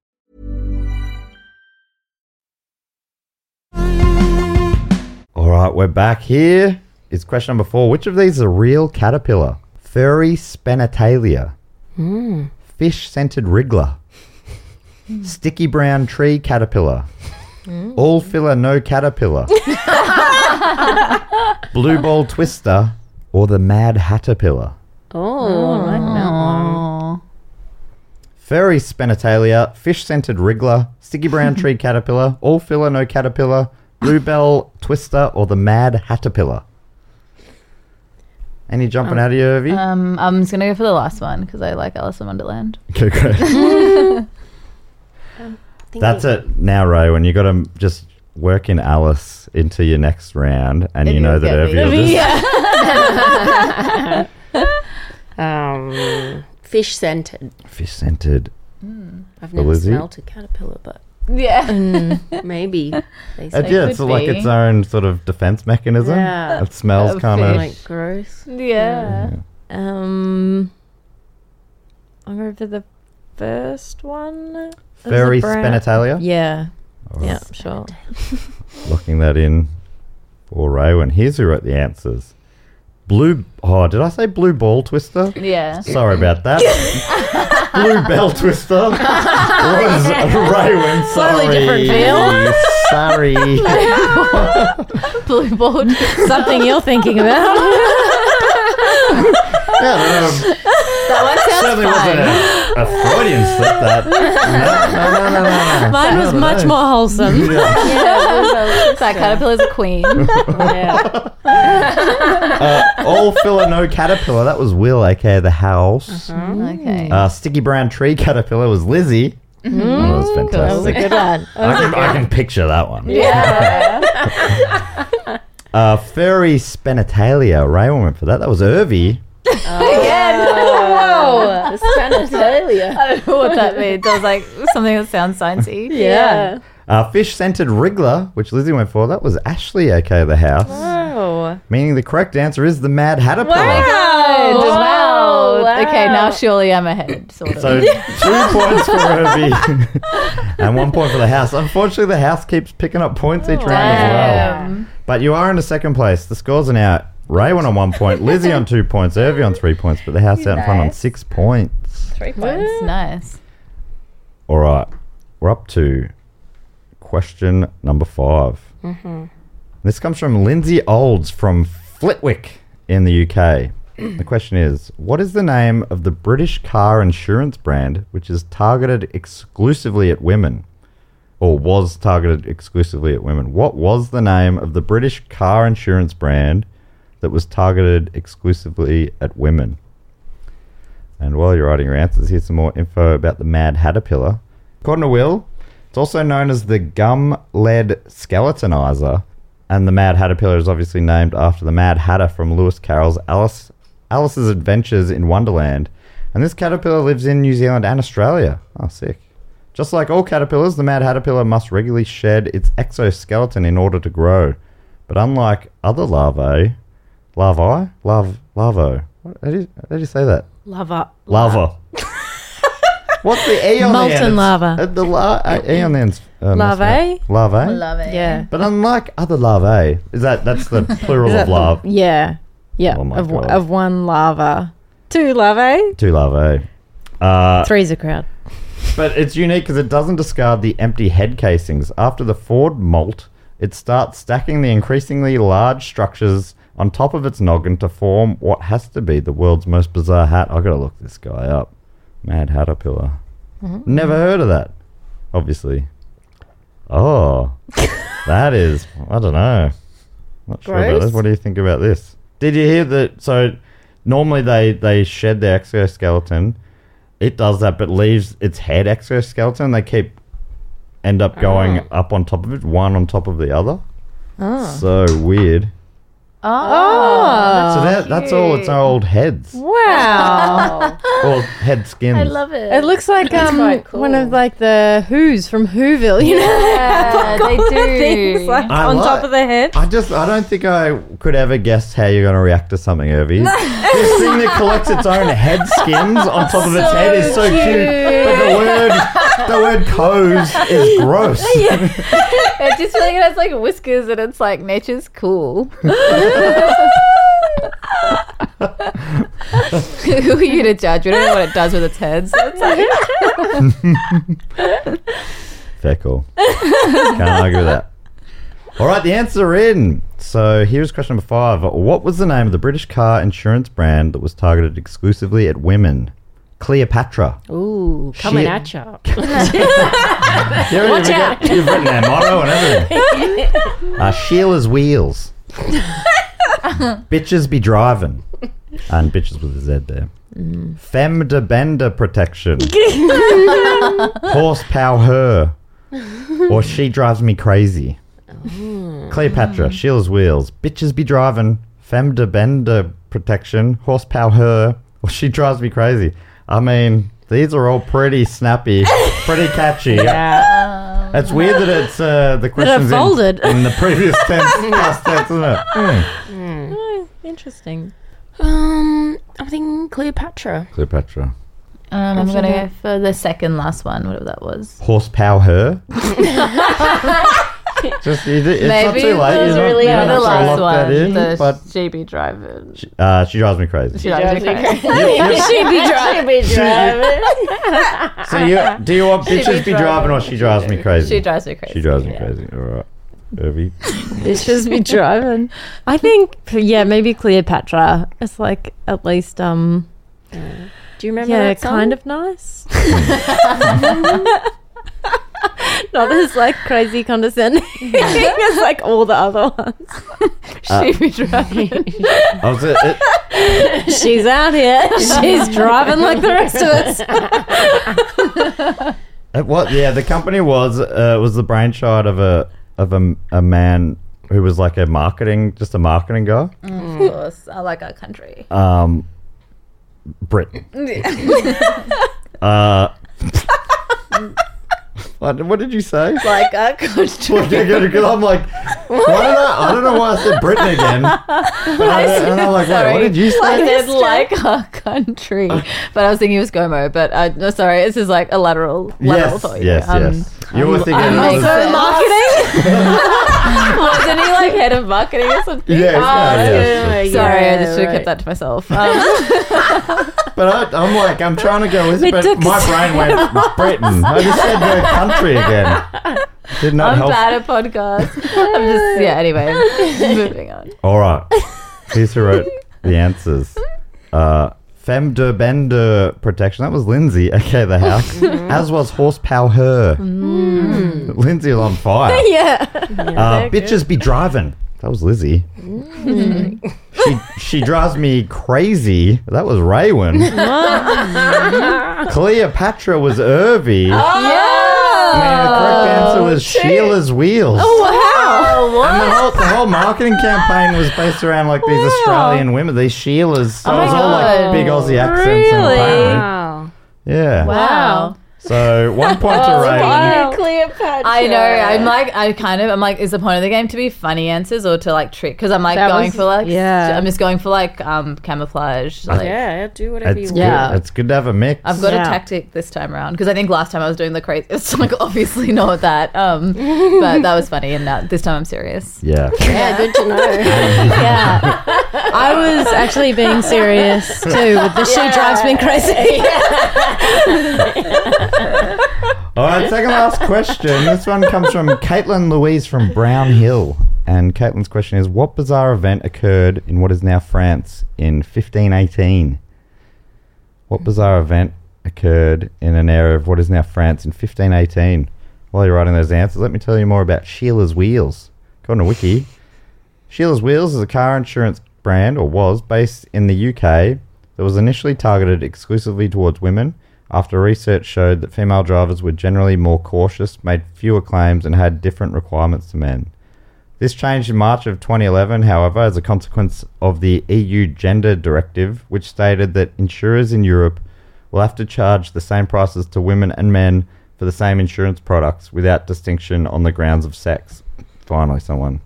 Speaker 2: All right, we're back. Here is question number four. Which of these is a real caterpillar? Furry spanatalia, fish-scented wriggler, sticky brown tree caterpillar, all filler no caterpillar, blue ball twister, or the mad hatterpillar.
Speaker 5: Oh, I
Speaker 6: Mm.
Speaker 5: like that one.
Speaker 2: Furry spanatalia, fish-scented wriggler, sticky brown tree caterpillar, all filler no caterpillar, bluebell twister, or the mad hatterpillar. Any jumping out of you, Irvi?
Speaker 4: Um, I'm just gonna go for the last one because I like Alice in Wonderland.
Speaker 2: Okay, great. That's it now, Ray. When you got to just work in Alice into your next round, and you know that Irvi will just
Speaker 5: Um, fish scented.
Speaker 2: fish scented.
Speaker 5: I've never
Speaker 2: Oh, is Mm. it?
Speaker 5: smelled a caterpillar, but
Speaker 4: Yeah.
Speaker 5: maybe they
Speaker 2: Uh,
Speaker 5: say
Speaker 2: yeah, it's
Speaker 4: could
Speaker 2: like
Speaker 4: be.
Speaker 2: its own sort of defense mechanism.
Speaker 5: Yeah.
Speaker 2: It smells
Speaker 4: Of
Speaker 2: kind of.
Speaker 4: fish.
Speaker 5: like gross.
Speaker 4: Yeah.
Speaker 6: Um, I'll go for the first one.
Speaker 2: Furry
Speaker 6: There's a brown-
Speaker 2: spanitalia.
Speaker 6: Yeah.
Speaker 2: Alright.
Speaker 6: Yeah, sure.
Speaker 2: Locking that in for Ray. And here's who wrote the answers. Blue. Oh, did I say blue ball twister?
Speaker 4: Yeah.
Speaker 2: Sorry about that. Blue Bell Twister was Raywin. Sorry.
Speaker 6: Slightly different feel.
Speaker 2: Sorry.
Speaker 4: Blue ball.
Speaker 6: Something you're thinking about.
Speaker 2: Yeah, um, certainly wasn't a, a Freudian slip. That. No, no, no, no, no.
Speaker 6: Mine was much more wholesome.
Speaker 4: that caterpillar's a queen.
Speaker 2: Uh, all filler, no caterpillar. That was Will, aka the house.
Speaker 6: Mm-hmm.
Speaker 2: uh
Speaker 4: okay.
Speaker 2: sticky brown tree caterpillar was Lizzie. Oh, that was fantastic.
Speaker 5: Mm-hmm. Good one.
Speaker 2: I can, I can picture that one. Yeah. uh, furry spenitalia. Ray went for that. That was Irvy.
Speaker 5: Oh, spanitalia.
Speaker 4: I don't know what that means. I was like something that sounds sciencey.
Speaker 5: Yeah.
Speaker 2: Uh, Fish scented wriggler, which Lizzie went for. That was Ashley, aka the house.
Speaker 5: Oh.
Speaker 2: Meaning the correct answer is the Mad Hatter Pillar.
Speaker 4: Oh, wow.
Speaker 5: Wow, wow.
Speaker 4: Okay, now surely I'm ahead, sort of.
Speaker 2: So two points for Irvy and one point for the house. Unfortunately, the house keeps picking up points each round as well. But you are in the second place. The scores are now Ray went on one point, Lizzie on two points, Irvy on three points, but the house out in front on six points.
Speaker 4: Three points. Nice.
Speaker 2: All right, we're up to question number 5 This comes from Lindsay Olds from Flitwick in the UK. the question is What is the name of the British car insurance brand which is targeted exclusively at women? Or was targeted exclusively at women? What was the name of the British car insurance brand that was targeted exclusively at women? And while you're writing your answers, here's some more info about the Mad Hatter Pillar. According to Will, it's also known as the gum lead skeletonizer. And the Mad Hatter Pillar is obviously named after the Mad Hatter from Lewis Carroll's Alice, Alice's Adventures in Wonderland. And this caterpillar lives in New Zealand and Australia. Oh, sick. Just like all caterpillars, the Mad Hatter Pillar must regularly shed its exoskeleton in order to grow. But unlike other larvae, larvae? Larv, larvo. What, how, do you, how do you say that?
Speaker 6: Lava.
Speaker 2: Lava. What's the E on the end?
Speaker 6: Molten
Speaker 2: It's-
Speaker 6: lava.
Speaker 2: uh, the la- uh, E on the end's uh, messed
Speaker 6: Larvae?
Speaker 2: up. Larvae.
Speaker 4: Love it.
Speaker 6: Yeah.
Speaker 2: but unlike other larvae, is that that's the plural of larva?
Speaker 6: Yeah. Yeah.
Speaker 2: Oh my
Speaker 6: of,
Speaker 2: God.
Speaker 6: of one lava. Two larvae.
Speaker 2: Two larvae. Uh,
Speaker 6: Three's a crowd.
Speaker 2: but it's unique because it doesn't discard the empty head casings. After the Ford molt, it starts stacking the increasingly large structures on top of its noggin to form what has to be the world's most bizarre hat. i got to look this guy up. Mad Hatter Pillar. Never heard of that, obviously. Oh. That is, I don't know. Not sure about
Speaker 3: Gross.
Speaker 2: this. What do you think about this? Did you hear that? So normally they they shed their exoskeleton. It does that, but leaves its head exoskeleton. They keep end up going up on top of it, one on top of the other. So weird.
Speaker 4: Oh,
Speaker 2: so that that's all its old heads
Speaker 6: Wow.
Speaker 2: or head skins. I love
Speaker 5: it.
Speaker 6: it looks like um,
Speaker 5: quite
Speaker 6: one of
Speaker 5: cool.
Speaker 6: like the Who's from Whoville, you know?
Speaker 4: yeah, Oh they
Speaker 6: Things
Speaker 4: do.
Speaker 6: like
Speaker 2: I
Speaker 6: on
Speaker 2: like-
Speaker 6: top of the head.
Speaker 2: I just I don't think I could ever guess how you're going to react to something, Irvy. this thing that collects its own head skins on top of its head is so cute, but the word the word "coves" is gross.
Speaker 4: I just feel like it has like whiskers and it's like nature's cool. Who are you to judge? We don't know what it does with its head. So it's like,
Speaker 2: Feckle. Can't argue with that. All right, the answer in. So here's question number five. What was the name of the British car insurance brand that was targeted exclusively at women? Cleopatra.
Speaker 5: Ooh, coming
Speaker 2: Shit.
Speaker 5: at ya.
Speaker 2: You already forget- You've written their motto and everything. Uh, Sheila's wheels. bitches be driving. And bitches with a Z there. Femme de bender protection. Horsepower her. Or she drives me crazy. Cleopatra, Sheila's wheels. Bitches be driving. Femme de bender protection. Horsepower her. Or she drives me crazy. I mean, these are all pretty snappy, pretty catchy.
Speaker 5: Yeah.
Speaker 2: It's weird that it's uh, the questions in-
Speaker 6: folded.
Speaker 2: In, the previous tense, past tense, isn't it? Hmm.
Speaker 6: Interesting.
Speaker 5: um, I'm thinking Cleopatra.
Speaker 2: Cleopatra.
Speaker 4: um, I'm gonna go for the second last one, whatever that was.
Speaker 2: Horsepower her. Just you, it's not
Speaker 4: Maybe
Speaker 2: too late.
Speaker 4: that
Speaker 2: You're
Speaker 4: was
Speaker 2: not,
Speaker 4: really
Speaker 2: you don't
Speaker 4: the
Speaker 2: have to
Speaker 4: last
Speaker 2: lock that
Speaker 4: one.
Speaker 2: in,
Speaker 4: the
Speaker 2: but
Speaker 4: GB driving. She,
Speaker 2: uh, she drives me crazy.
Speaker 4: drives me crazy.
Speaker 5: She'd be driving. She'd be driving.
Speaker 2: so you, do you want
Speaker 4: be
Speaker 2: bitches be driving or she drives me crazy?
Speaker 4: She drives me crazy.
Speaker 2: She drives me
Speaker 4: yeah.
Speaker 2: crazy. All right. Irby.
Speaker 6: It's just me driving. I think, yeah, maybe Cleopatra. It's like at least, um,
Speaker 5: Do you remember
Speaker 6: yeah,
Speaker 5: that song?
Speaker 6: kind of nice. Not as like crazy condescending as like all the other ones.
Speaker 4: She be driving.
Speaker 2: I was, it, it,
Speaker 6: She's out here. She's driving like the rest of us.
Speaker 2: It was yeah. The company was uh, was the brainchild of a of a, a man who was like a marketing, just a marketing guy.
Speaker 4: of course, I like our country.
Speaker 2: Um, Britain. uh, what, what did you say?
Speaker 4: Like our country.
Speaker 2: Well, yeah, good, good. I'm like, why did I, I don't know why I said Britain again. But I, and I'm like, wait, what did you
Speaker 4: I
Speaker 2: say?
Speaker 4: did like our country, but I was thinking it was Gomo. But uh, no, sorry, this is like a lateral, lateral
Speaker 2: Yes,
Speaker 4: thought.
Speaker 2: yes,
Speaker 4: Um,
Speaker 2: yes. You were thinking it
Speaker 4: I'm
Speaker 2: was-
Speaker 4: also marketing. Wasn't he like head of marketing or something?
Speaker 2: Yeah, it's-
Speaker 4: Ah,
Speaker 2: yeah,
Speaker 4: okay.
Speaker 2: yes, yes.
Speaker 4: Sorry, I just should have kept that to myself. Um,
Speaker 2: But I, I'm like, I'm trying to go with it, but my brain went Britain. I just said the country again. Did not
Speaker 4: I'm
Speaker 2: help.
Speaker 4: bad at podcasts. I'm just yeah. Anyway, moving on.
Speaker 2: All right. Here's who wrote the answers. Uh, Femme de Bender protection. That was Lindsay. Okay, the house. As was Horsepower Her. Lindsay was on fire. yeah. Uh, bitches be driving. That was Lizzie. she, she drives me crazy. That was Raywin. Cleopatra was Irvy.
Speaker 4: Oh.
Speaker 2: Man, the correct answer was Sheila's Wheels.
Speaker 4: Wow.
Speaker 2: And the whole, the whole marketing campaign was based around like these Australian women, these Sheilas. So it was all like
Speaker 4: Oh God.
Speaker 2: big Aussie accents. and
Speaker 6: Really?
Speaker 2: apparently-
Speaker 5: Wow.
Speaker 2: yeah.
Speaker 4: Wow.
Speaker 2: So one point to Ray.
Speaker 5: Yeah, Cleopatra.
Speaker 4: I know. I'm like, I kind of, I'm like, is the point of the game to be funny answers or to like trick? Because I'm like
Speaker 6: That
Speaker 4: going
Speaker 6: was-
Speaker 4: for like,
Speaker 6: yeah.
Speaker 4: I'm just going for like um camouflage. Like,
Speaker 5: Yeah, do whatever
Speaker 2: It's
Speaker 5: you
Speaker 2: good.
Speaker 5: want.
Speaker 4: Yeah.
Speaker 2: It's good to have a mix.
Speaker 4: I've got
Speaker 6: Yeah.
Speaker 4: a tactic this time around because I think last time I was doing the crazy. It's like obviously not that. Um, but that was funny, and now this time I'm serious.
Speaker 2: yeah.
Speaker 5: Yeah, good to know.
Speaker 6: I was actually being serious too with the she drives me crazy.
Speaker 2: All right. Second last question. This one comes from Caitlin Louise from Brown Hill. And Caitlin's question is: What bizarre event occurred in what is now France in 1518? What bizarre event occurred in an era of what is now France in 1518? While you're writing those answers, let me tell you more about Sheila's Wheels. According to Wiki, Sheila's Wheels is a car insurance brand, or was, based in the UK that was initially targeted exclusively towards women after research showed that female drivers were generally more cautious, made fewer claims, and had different requirements to men. This changed in March of 2011, however, as a consequence of the EU Gender Directive, which stated that insurers in Europe will have to charge the same prices to women and men for the same insurance products without distinction on the grounds of sex. Finally, someone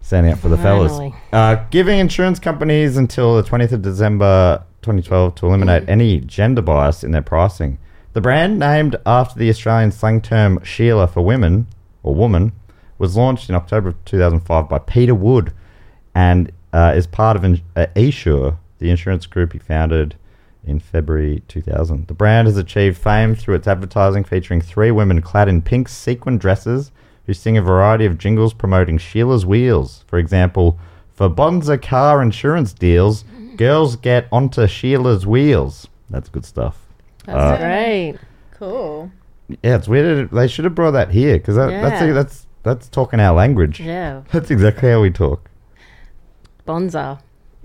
Speaker 2: standing up for the fellas.
Speaker 5: Finally.
Speaker 2: Uh, giving insurance companies until the 20th of December 2012 to eliminate any gender bias in their pricing. The brand, named after the Australian slang term Sheila for women or woman, was launched in October of 2005 by Peter Wood and uh, is part of an, uh, Esure, the insurance group he founded in February 2000. The brand has achieved fame through its advertising featuring three women clad in pink sequin dresses who sing a variety of jingles promoting Sheila's Wheels. For example, for Bonza car insurance deals, girls get onto Sheila's Wheels. That's good stuff. Uh,
Speaker 5: Great.
Speaker 4: Cool.
Speaker 2: yeah, it's weird. that They should have brought that here because that, that's
Speaker 5: Yeah.
Speaker 2: that's that's talking our language.
Speaker 5: Yeah.
Speaker 2: That's exactly how we talk.
Speaker 5: Bonza.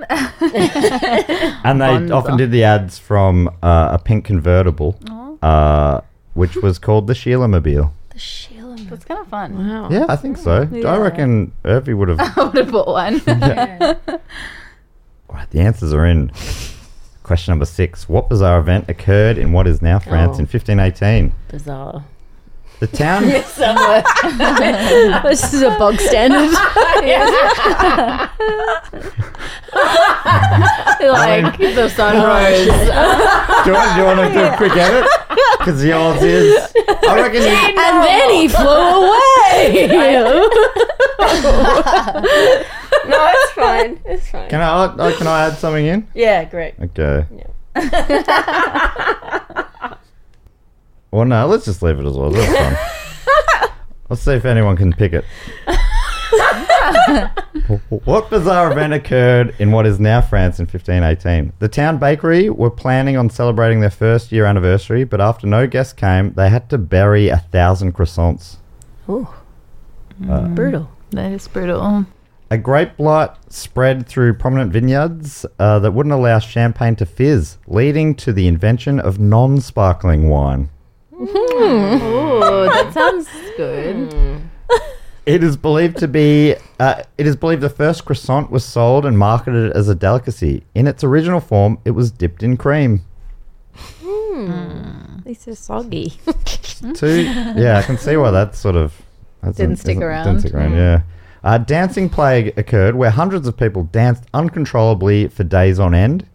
Speaker 2: And they often did the ads from uh, a pink convertible, uh, which was called the Sheila Mobile.
Speaker 4: That's kind of fun.
Speaker 2: Yeah, I think so. I reckon Irvy would have.
Speaker 4: I would have bought one.
Speaker 2: Right, the answers are in. Question number six: What bizarre event occurred in what is now France in 1518?
Speaker 5: Bizarre.
Speaker 2: The town.
Speaker 6: this is a bog standard.
Speaker 4: like the sun rose.
Speaker 2: do, you want, do you want to do a quick edit? Because yours is. I reckon. You,
Speaker 6: and then he flew away.
Speaker 5: No, it's fine. It's fine.
Speaker 2: can I? oh, Can I add something in?
Speaker 5: Yeah, great.
Speaker 2: Okay. well, no, let's just leave it as well. That's fun. let's see if anyone can pick it. what bizarre event occurred in what is now France in 1518? The town bakery were planning on celebrating their first year anniversary, but after no guests came, they had to bury a thousand croissants.
Speaker 5: Brutal.
Speaker 4: that is brutal.
Speaker 2: A grape blight spread through prominent vineyards uh, that wouldn't allow champagne to fizz, leading to the invention of non sparkling wine.
Speaker 4: Ooh, that sounds good.
Speaker 2: It is believed to be. Uh, it is believed the first croissant was sold and marketed as a delicacy. In its original form, it was dipped in cream.
Speaker 6: These are soggy.
Speaker 2: Two. Yeah, I can see why that sort of that
Speaker 4: Didn't stick
Speaker 2: Didn't
Speaker 4: around.
Speaker 2: stick around. Yeah. Uh, dancing plague occurred where hundreds of people danced uncontrollably for days on end.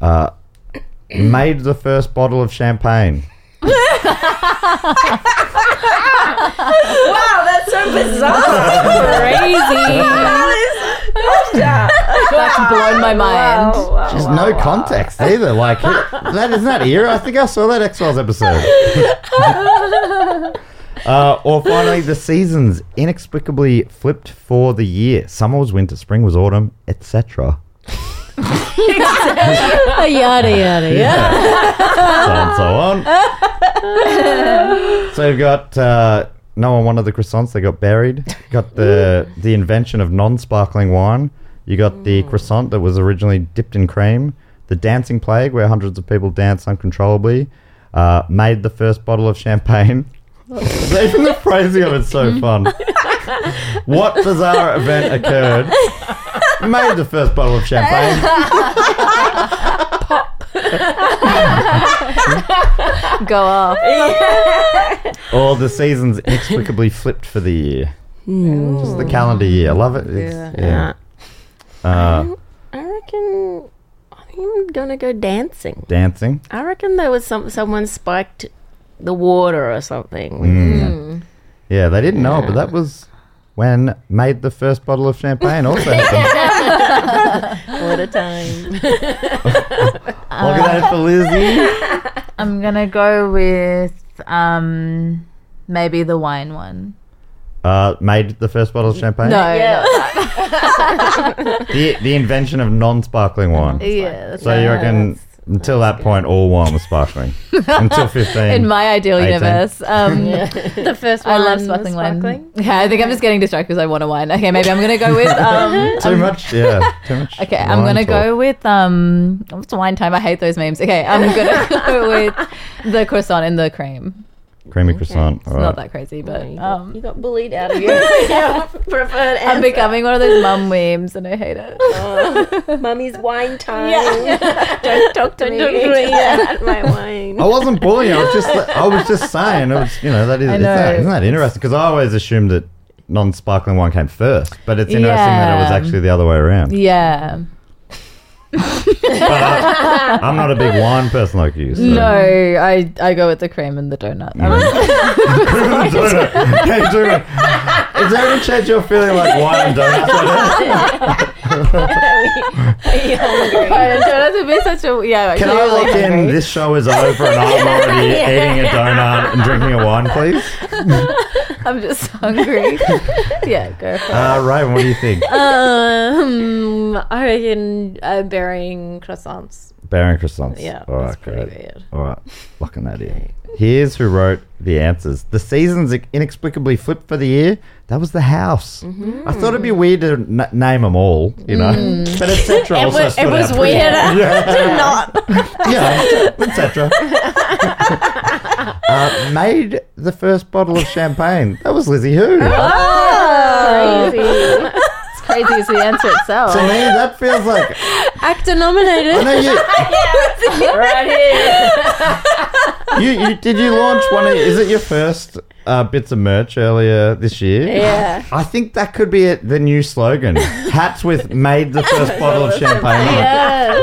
Speaker 2: uh, made the first bottle of champagne.
Speaker 5: Wow, that's so bizarre.
Speaker 4: That's blown my mind.
Speaker 2: There's no context either. Like it- that isn't that era. I think I saw that X Files episode. uh, or finally, the seasons inexplicably flipped for the year. Summer was winter, spring was autumn, etc.
Speaker 6: yada yada.
Speaker 2: Yeah. so on, so on. so you've got uh, no one wanted the croissants; they got buried. You got the the invention of non-sparkling wine. You got the croissant that was originally dipped in cream. The dancing plague, where hundreds of people dance uncontrollably, uh, made the first bottle of champagne. Even the phrasing of it's so fun. what bizarre event occurred? Made the first bottle of champagne.
Speaker 4: Go off.
Speaker 2: All the seasons inexplicably flipped for the year.
Speaker 4: Hmm.
Speaker 2: Just the calendar year. I love it. It's, yeah. Uh,
Speaker 5: I reckon I'm gonna go dancing.
Speaker 2: dancing.
Speaker 5: I reckon there was some someone spiked the water or something.
Speaker 2: Yeah, they didn't know, but that was when made the first bottle of champagne also happened.
Speaker 5: What a time!
Speaker 2: Look at that for Lizzie.
Speaker 4: I'm gonna go with um maybe the wine one.
Speaker 2: Uh, made the first bottle of champagne.
Speaker 4: No, yeah,
Speaker 2: The, the invention of non-sparkling wine.
Speaker 4: yeah.
Speaker 2: So you reckon Until that point, all wine was sparkling. Until 15.
Speaker 4: in my ideal
Speaker 2: 18.
Speaker 4: universe. Um,
Speaker 3: The first one.
Speaker 4: I love
Speaker 3: was
Speaker 4: sparkling wine. Yeah, I think I'm just getting distracted because I want a wine. Okay, maybe I'm gonna go with. Um,
Speaker 2: Too much, yeah. Too much.
Speaker 4: okay, I'm
Speaker 2: wine
Speaker 4: gonna
Speaker 2: talk.
Speaker 4: go with. Um, oh, it's wine time. I hate those memes. Okay, I'm gonna go with the croissant and the cream.
Speaker 2: Creamy croissant.
Speaker 4: It's not that crazy, but
Speaker 3: You got,
Speaker 4: um,
Speaker 3: you got bullied out of your your preferred
Speaker 4: I'm
Speaker 3: answer.
Speaker 4: becoming one of those mum memes, and I hate it.
Speaker 3: Mummy's wine time. Don't talk to me.
Speaker 4: Oh, talk to
Speaker 3: about my wine.
Speaker 2: I wasn't bullying. I was just, I was just saying. It was, you know, that is,
Speaker 4: I
Speaker 2: Isn't, that,
Speaker 4: know.
Speaker 2: isn't that interesting? Because I always assumed that non-sparkling wine came first, but it's interesting that it was
Speaker 4: Yeah.
Speaker 2: actually the other way around.
Speaker 4: Yeah.
Speaker 2: uh, I'm not a big wine person like you. So.
Speaker 4: No, I, I go with the cream and the donut.
Speaker 2: Mm.
Speaker 4: Um,
Speaker 2: Donut. Hey, donut. Is there any chance you're feeling like wine and donuts? right now?
Speaker 4: and donuts would be such a yeah.
Speaker 2: Can
Speaker 4: actually,
Speaker 2: I lock in? This show is over, and I'm already eating a donut and drinking a wine, please.
Speaker 4: I'm just hungry. yeah, go. For it.
Speaker 2: Uh, Raven, what do you think?
Speaker 6: Um, I reckon uh, burying croissants.
Speaker 2: Baron croissants.
Speaker 6: Yeah,
Speaker 2: All right,
Speaker 6: that's pretty
Speaker 2: great.
Speaker 6: good.
Speaker 2: All right, locking that in. Here's who wrote the answers. The seasons inexplicably flipped for the year. That was the house.
Speaker 6: Mm-hmm.
Speaker 2: I thought it'd be weird to n- name them all, you know. But etc. also
Speaker 6: was- Mm. it
Speaker 2: stood out
Speaker 6: was
Speaker 2: pretty-
Speaker 6: weirder
Speaker 2: Yeah,
Speaker 6: Not.
Speaker 2: yeah etc. uh, made the first bottle of champagne. That was Lizzie Who.
Speaker 6: Oh.
Speaker 4: It's crazy is the answer itself.
Speaker 2: To me, that feels like
Speaker 6: Actor nominated.
Speaker 2: I know you. you, you did you launch one? Of, is it your first uh, bits of merch earlier this year? Yeah. I think that could be it, the new slogan: hats with "Made the first bottle of champagne." Yeah.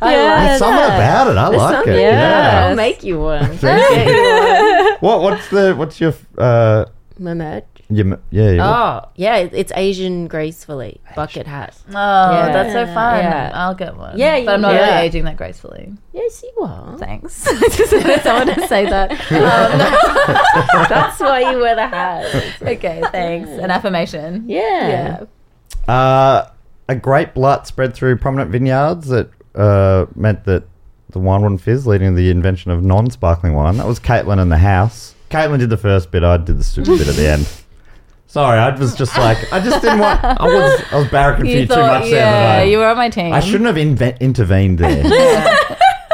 Speaker 2: There's something about it. I like it.
Speaker 3: I'll
Speaker 2: Yeah.
Speaker 3: make you one.
Speaker 2: Thank you. what what's the what's your uh
Speaker 3: My merch.
Speaker 2: your m- yeah your,
Speaker 3: Oh, yeah, it- it's Asian gracefully. Bucket hat.
Speaker 4: Oh, that's so fun.
Speaker 3: Yeah.
Speaker 4: I'll get one.
Speaker 3: Yeah,
Speaker 4: but I'm
Speaker 3: you-
Speaker 4: not
Speaker 3: yeah.
Speaker 4: really aging that gracefully.
Speaker 3: Yes, you are.
Speaker 4: Thanks. I just wanted someone to say that. Um,
Speaker 3: That's why you wear the hat.
Speaker 4: okay, thanks. An affirmation.
Speaker 3: Yeah.
Speaker 2: Uh, a grape blight spread through prominent vineyards that uh, meant that the wine wouldn't fizz, leading to the invention of non-sparkling wine. That was Caitlin and the house. Caitlin did the first bit. I did the super bit at the end. Sorry, I was just like I just didn't want. I was I was barracking for you too much there.
Speaker 4: yeah,
Speaker 2: but I-
Speaker 4: you were on my team.
Speaker 2: I shouldn't have inve- intervened there.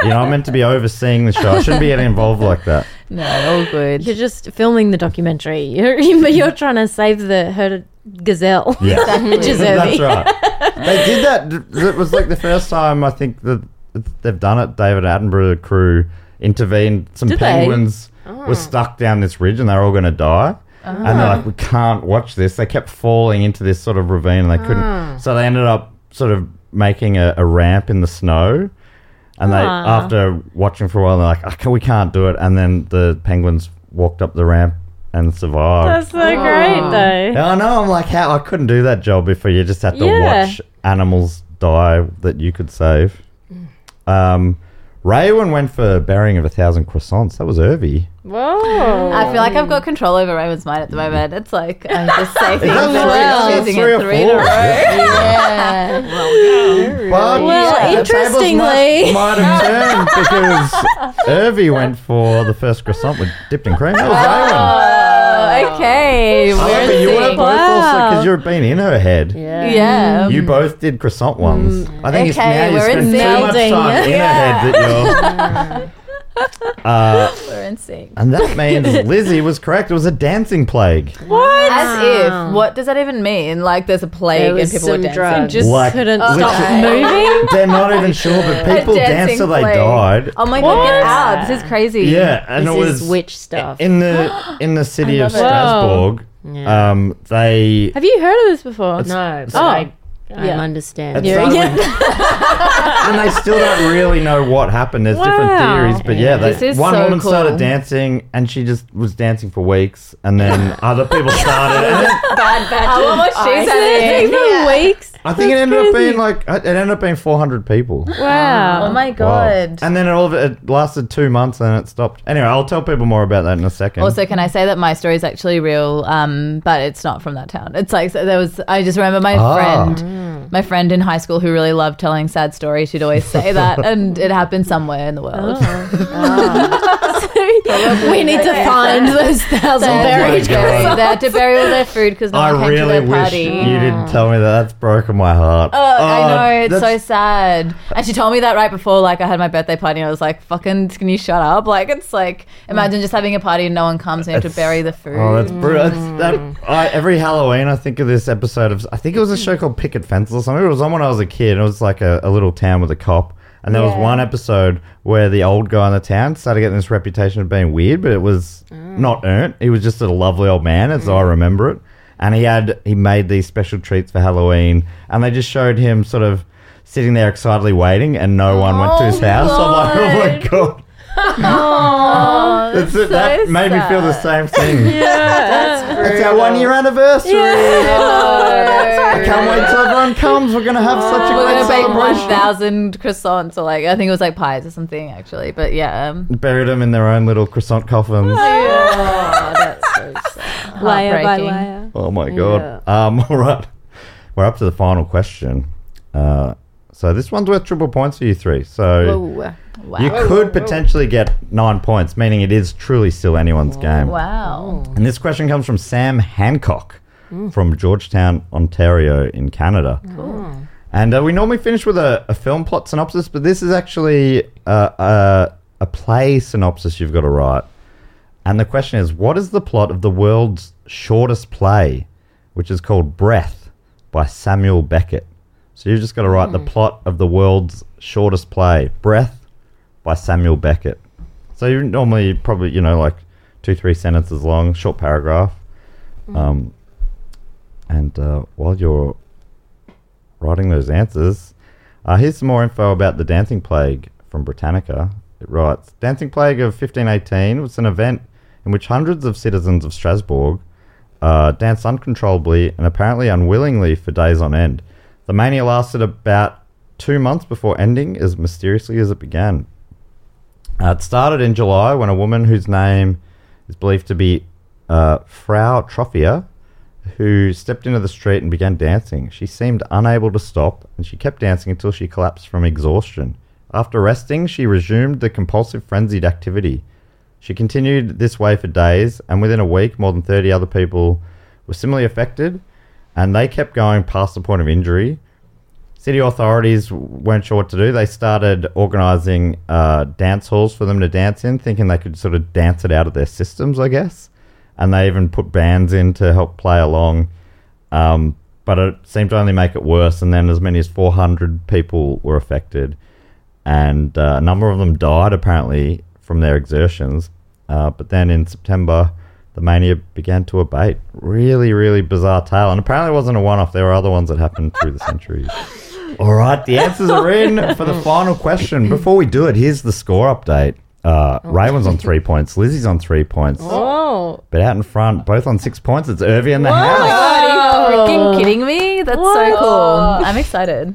Speaker 2: you know, I'm meant to be overseeing the show. I shouldn't be getting involved like that.
Speaker 4: No, all good.
Speaker 6: You're just filming the documentary. You're you're trying to save the herded gazelle.
Speaker 2: Yeah.
Speaker 6: Giuseppe.
Speaker 2: That's right. They did that. It was like the first time I think that they've done it. David Attenborough crew intervened. Some
Speaker 4: Did they? Oh.
Speaker 2: penguins were stuck down this ridge and they're all going to die. And they're
Speaker 4: Oh.
Speaker 2: like, we can't watch this. They kept falling into this sort of ravine and they couldn't.
Speaker 4: Oh.
Speaker 2: So they ended up sort of making a, a ramp in the snow. And they,
Speaker 4: Ah.
Speaker 2: after watching for a while, they're like, "I ca- we can't do it. And then the penguins walked up the ramp and survived.
Speaker 6: That's so
Speaker 5: Oh.
Speaker 6: great, though.
Speaker 2: Yeah, I know. I'm like, how I couldn't do that job before. You just had to
Speaker 6: Yeah.
Speaker 2: watch animals die that you could save. Um, Raywin went for burying of a thousand croissants. That was Irvy.
Speaker 6: Whoa.
Speaker 4: I feel like I've got control over Raymond's mind at the moment. It's like I just say things
Speaker 2: that
Speaker 4: and
Speaker 2: three- that's
Speaker 4: she's choosing
Speaker 2: three
Speaker 4: it
Speaker 2: or
Speaker 4: three in a
Speaker 2: four?
Speaker 4: row. Yeah.
Speaker 2: But
Speaker 6: Well,
Speaker 2: the tables
Speaker 6: interestingly-
Speaker 2: might, might have turned because Irvy went for the first croissant with dipped in cream. That was Raywin.
Speaker 4: Oh, okay.
Speaker 2: I like
Speaker 4: We're
Speaker 2: that you were both
Speaker 4: seeing-
Speaker 2: also because you've been in her head.
Speaker 4: Yeah.
Speaker 6: Um,
Speaker 2: You both did croissant ones. I think it's
Speaker 4: Mm. Okay,
Speaker 2: now you
Speaker 4: we're
Speaker 2: spend too much
Speaker 4: melding.
Speaker 2: time in her head that you're. Uh,
Speaker 4: We're in sync.
Speaker 2: And that means Lizzie was correct. It was a dancing plague.
Speaker 4: As if. What does that even mean? Like there's a
Speaker 3: There
Speaker 4: plague and
Speaker 3: was
Speaker 4: people were
Speaker 3: some
Speaker 4: dancing.
Speaker 3: drugs.
Speaker 6: just
Speaker 2: Like,
Speaker 6: couldn't stop
Speaker 2: literally-
Speaker 6: moving.
Speaker 2: They're not even sure, but
Speaker 4: A
Speaker 2: people danced
Speaker 4: dancing
Speaker 2: till they
Speaker 4: plague.
Speaker 2: died.
Speaker 4: Oh my god, get out. This is crazy.
Speaker 2: yeah, and it
Speaker 3: This
Speaker 2: was
Speaker 3: is witch stuff.
Speaker 2: in the in the city of
Speaker 6: it. Wow.
Speaker 2: Strasbourg. Um, they
Speaker 6: Have you heard of this before?
Speaker 3: no, but
Speaker 6: Oh,
Speaker 3: I, I
Speaker 6: yeah.
Speaker 3: understand.
Speaker 2: It's like- and they still don't really know what happened. There's different
Speaker 6: Wow.
Speaker 2: theories, but yeah,
Speaker 4: This
Speaker 2: they,
Speaker 4: is
Speaker 2: one
Speaker 4: so
Speaker 2: woman
Speaker 4: cool.
Speaker 2: started dancing, and she just was dancing for weeks, and then other people started. and then-
Speaker 4: I want what she's saying.
Speaker 6: For weeks.
Speaker 2: I think it ended up being like it ended up being 400 people.
Speaker 6: Wow.
Speaker 4: Oh my
Speaker 2: Wow.
Speaker 4: god.
Speaker 2: And then it all of it, it lasted two months and it stopped. Anyway, I'll tell people more about that in a second.
Speaker 4: Also, can I say that my story is actually real, um, but it's not from that town. It's like so there was. I just remember my
Speaker 2: Ah.
Speaker 4: friend My friend in high school who really loved telling sad stories, she'd always say that, and it happened somewhere in the world.
Speaker 6: we need to find those thousand buried
Speaker 4: Bury- They had to bury all their food because no
Speaker 2: Oh I
Speaker 4: one came to
Speaker 2: really
Speaker 4: their
Speaker 2: wish
Speaker 4: party.
Speaker 2: you didn't tell me that. That's broken my heart.
Speaker 4: Oh, I know it's so
Speaker 2: that's-
Speaker 4: sad. And she told me that right before, like I had my birthday party, and I was like, "Fucking, can you shut up?" Like it's like imagine just having a party and no one comes, and you have to
Speaker 2: It's-
Speaker 4: bury the food.
Speaker 2: Oh, that's brutal. That's, that, I, every Halloween, I think of this episode of. I think it was a show called Picket Fences or something. It was on when I was a kid. It was like a, a little town with a cop. And there was one episode where the old guy in the town started getting this reputation of being weird, but it was not earned. He was just a lovely old man, as I remember it. And he had he made these special treats for Halloween, and they just showed him sort of sitting there excitedly waiting, and no one went to his house. I'm like, oh my god. That's it. that made me feel the same thing. It's our one year anniversary. I can't wait till everyone comes. We're gonna have such a
Speaker 4: We're
Speaker 2: great
Speaker 4: gonna bake one
Speaker 2: celebration.
Speaker 4: thousand croissants, or like I think it was like pies or something actually. But yeah, um,
Speaker 2: Buried them in their own little croissant coffins.
Speaker 4: Oh,
Speaker 6: layer by
Speaker 4: Heartbreaking.
Speaker 6: layer.
Speaker 2: Oh my god. Um, all right, we're up to the final question. Uh, so this one's worth triple points for you three. So you could potentially get nine points, meaning it is truly still anyone's game.
Speaker 4: wow.
Speaker 2: And this question comes from Sam Hancock from Georgetown, Ontario, in Canada. And uh, we normally finish with a, a film plot synopsis, but this is actually uh, a, a play synopsis you've got to write. And the question is what is the plot of the world's shortest play, which is called Breath by Samuel Beckett? So you've just got to write the plot of the world's shortest play, Breath by Samuel Beckett. So you normally probably, you know, like two, three sentences long, short paragraph. Um, and uh, while you're writing those answers, uh, here's some more info about the Dancing Plague from Britannica. It writes Dancing Plague of 1518 was an event in which hundreds of citizens of Strasbourg uh, danced uncontrollably and apparently unwillingly for days on end. The mania lasted about two months before ending as mysteriously as it began. Uh, it started in July when a woman whose name is believed to be uh, Frau Trophia, who stepped into the street and began dancing. She seemed unable to stop, and she kept dancing until she collapsed from exhaustion. After resting, she resumed the compulsive, frenzied activity. She continued this way for days, and within a week, more than 30 other people were similarly affected, and they kept going past the point of injury. City authorities weren't sure what to do. They started organising uh, dance halls for them to dance in, thinking they could sort of dance it out of their systems, I guess. And they even put bands in to help play along. Um, but it seemed to only make it worse. And then as many as 400 people were affected. And uh, a number of them died, apparently, from their exertions. Uh, but then in September, the mania began to abate. Really, really bizarre tale. And apparently it wasn't a one off. There were other ones that happened through the centuries. All right, the answers are in for the final question. Before we do it, here's the score update. Uh, Raymond's on three points. Lizzie's on three points.
Speaker 6: Oh,
Speaker 2: But out in front, both on six points. It's Irvy in the
Speaker 5: Oh.
Speaker 2: house.
Speaker 4: Are you freaking kidding me? That's so cool. I'm excited.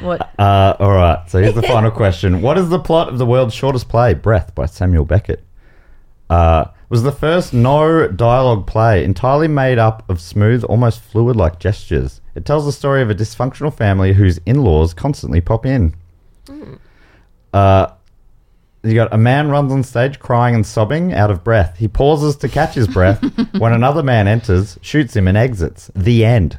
Speaker 4: what?
Speaker 2: Uh, all right. So here's the final question: What is the plot of the world's shortest play, Breath, by Samuel Beckett? Uh, was the first no dialogue play entirely made up of smooth, almost fluid-like gestures. It tells the story of a dysfunctional family whose in-laws constantly pop in. Uh, you got a man runs on stage crying and sobbing out of breath. He pauses to catch his breath when another man enters, shoots him, and exits. The end.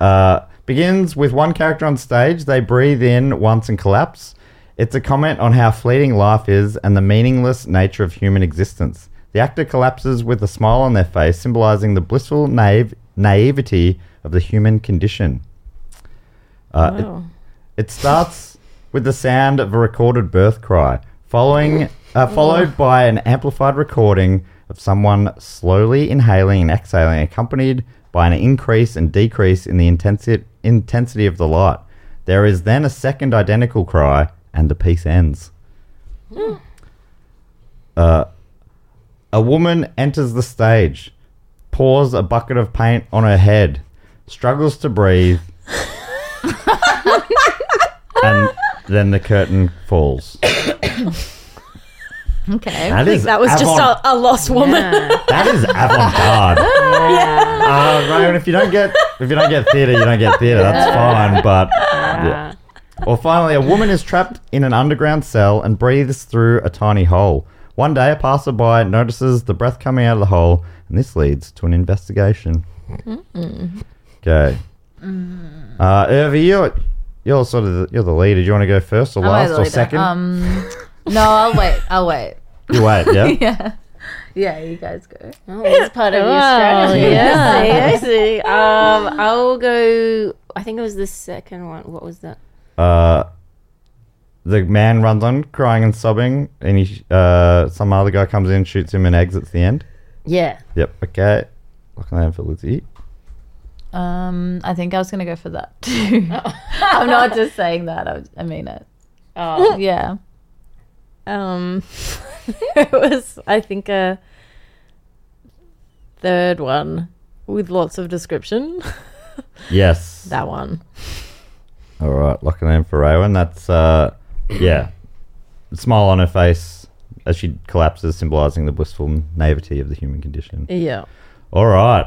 Speaker 2: Uh, begins with one character on stage. They breathe in once and collapse. It's a comment on how fleeting life is and the meaningless nature of human existence. The actor collapses with a smile on their face, symbolizing the blissful naive, naivety of the human condition. Uh, it- it, starts with the sound of a recorded birth cry, following uh, followed by an amplified recording of someone slowly inhaling and exhaling, accompanied by an increase and decrease in the intensi- intensity of the light. There is then a second identical cry, and the piece ends. Uh, a woman enters the stage, pours a bucket of paint on her head, struggles to breathe, and then the curtain falls.
Speaker 4: Okay.
Speaker 2: That is
Speaker 6: that was just
Speaker 2: avant-
Speaker 6: a, a lost woman.
Speaker 2: that is avant garde. Uh, Ryan, if you don't get if you don't get theatre, you don't get theatre. That's fine. But yeah. Well, finally, a woman is trapped in an underground cell and breathes through a tiny hole. One day, a passerby notices the breath coming out of the hole, and this leads to an investigation. Okay. Uh, Irvi, you're you're sort of the, you're the leader. Do you want to go first or
Speaker 4: Am I
Speaker 2: last
Speaker 4: the
Speaker 2: or
Speaker 4: leader?
Speaker 2: second?
Speaker 4: Um, no, I'll wait. I'll wait.
Speaker 2: you wait. Yeah.
Speaker 4: Yeah.
Speaker 5: Yeah, you guys go. Oh, it's part of your
Speaker 6: Oh,
Speaker 5: strategy.
Speaker 6: yeah.
Speaker 5: I see. Um, I'll go. I think it was the second one. What was that?
Speaker 2: Uh, the man runs on crying and sobbing, and he, uh, some other guy comes in, shoots him, and exits the end.
Speaker 5: Yeah.
Speaker 2: Yep. Okay. Looking out for Lizzie.
Speaker 4: Um, I think I was gonna go for that too. I'm not just saying that. I, was- I mean it.
Speaker 5: Oh.
Speaker 4: Yeah.
Speaker 6: Um, it was, I think, a third one with lots of description.
Speaker 2: Yes.
Speaker 6: that one.
Speaker 2: All right. Looking out for Rowan. That's uh, yeah. Smile on her face as she collapses, symbolizing the blissful naivety of the human condition.
Speaker 6: Yeah.
Speaker 2: All right.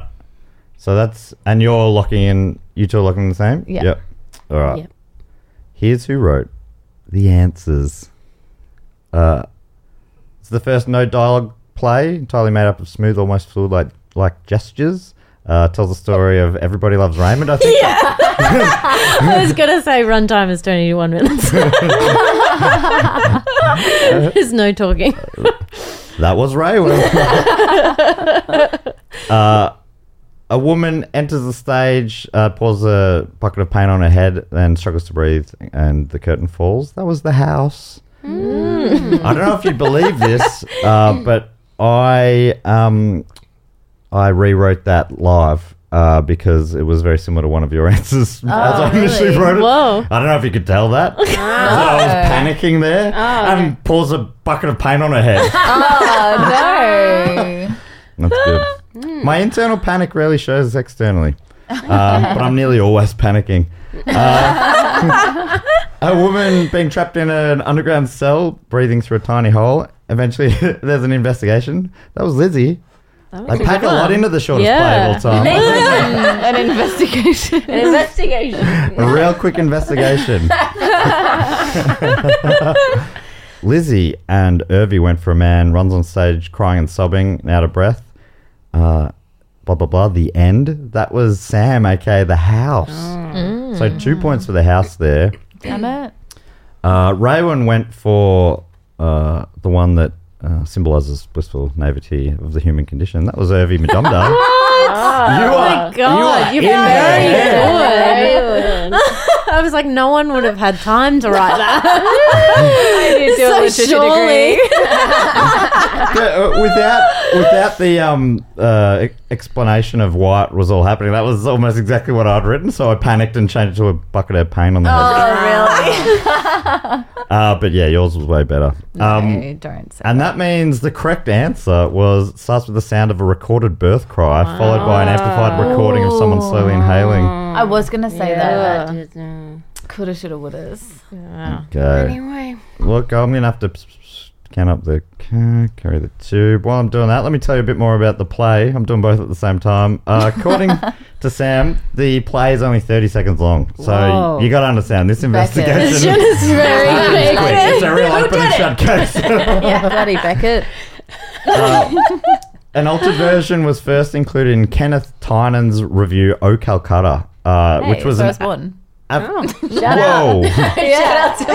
Speaker 2: So that's and you're locking in. You two are locking in the same.
Speaker 4: Yeah.
Speaker 2: Yep. All right.
Speaker 5: Yep.
Speaker 2: Here's who wrote the answers. Uh, it's the first no dialogue play, entirely made up of smooth, almost fluid like like gestures. Uh, tells the story of everybody loves Raymond. I think. yeah.
Speaker 6: I was going to say runtime is 21 minutes. There's no talking.
Speaker 2: That was Raymond. uh, a woman enters the stage, uh, pours a bucket of paint on her head, and struggles to breathe, and the curtain falls. That was the house. I don't know if you believe this, uh, but I um, I rewrote that live uh, because it was very similar to one of your answers as I initially
Speaker 4: really?
Speaker 2: wrote it.
Speaker 6: Whoa.
Speaker 2: I don't know if you could tell that. So I was panicking there and pours a bucket of paint on her head.
Speaker 5: Ah.
Speaker 4: Oh no.
Speaker 2: That's good. My internal panic rarely shows externally, uh, but I'm nearly always panicking. Uh, a woman being trapped in an underground cell, breathing through a tiny hole. Eventually, there's an investigation. That was Lizzie. I pack a lot into the shortest play of all time.
Speaker 4: An investigation.
Speaker 5: An investigation.
Speaker 2: a real quick investigation. Lizzie and Irvy went for a man, runs on stage crying and sobbing and out of breath. Uh, blah, blah, blah. The end. That was Sam, aka the house. So two points for the house there.
Speaker 4: Damn it.
Speaker 2: Uh, Raywin went for uh, the one that uh, symbolizes blissful naivety of the human condition. That was Irvy Madumda. You are,
Speaker 6: God, you're very good.
Speaker 5: Good.
Speaker 6: I was like, no one would have had time to write that.
Speaker 4: So
Speaker 6: surely.
Speaker 2: Yeah, uh, without without the um uh, e- explanation of why it was all happening, that was almost exactly what I'd written. So I panicked and changed it to a bucket of paint on the head.
Speaker 4: Oh really?
Speaker 2: Uh, but yeah, yours was way better. Um,
Speaker 4: no, don't say.
Speaker 2: and that means the correct answer was starts with the sound of a recorded birth cry, followed by an amplified recording of someone slowly inhaling.
Speaker 4: I was gonna say
Speaker 5: Yeah, I
Speaker 4: that.
Speaker 5: did, uh,
Speaker 4: Coulda, shoulda, wouldas.
Speaker 2: Okay.
Speaker 5: Anyway.
Speaker 2: Look, I'm gonna have to p- p- count up the ca- carry the two. While I'm doing that, let me tell you a bit more about the play. I'm doing both at the same time. Uh, according to Sam, the play is only 30 seconds long, so
Speaker 5: Whoa.
Speaker 2: you got to understand this investigation.
Speaker 6: It's very
Speaker 2: It's quick. It's a real open and shut case.
Speaker 4: Bloody Beckett.
Speaker 2: An altered version was first included in Kenneth Tynan's review "O Calcutta," uh, which was
Speaker 4: first
Speaker 2: an
Speaker 4: one.
Speaker 2: ab- whoa.
Speaker 4: Yeah, that's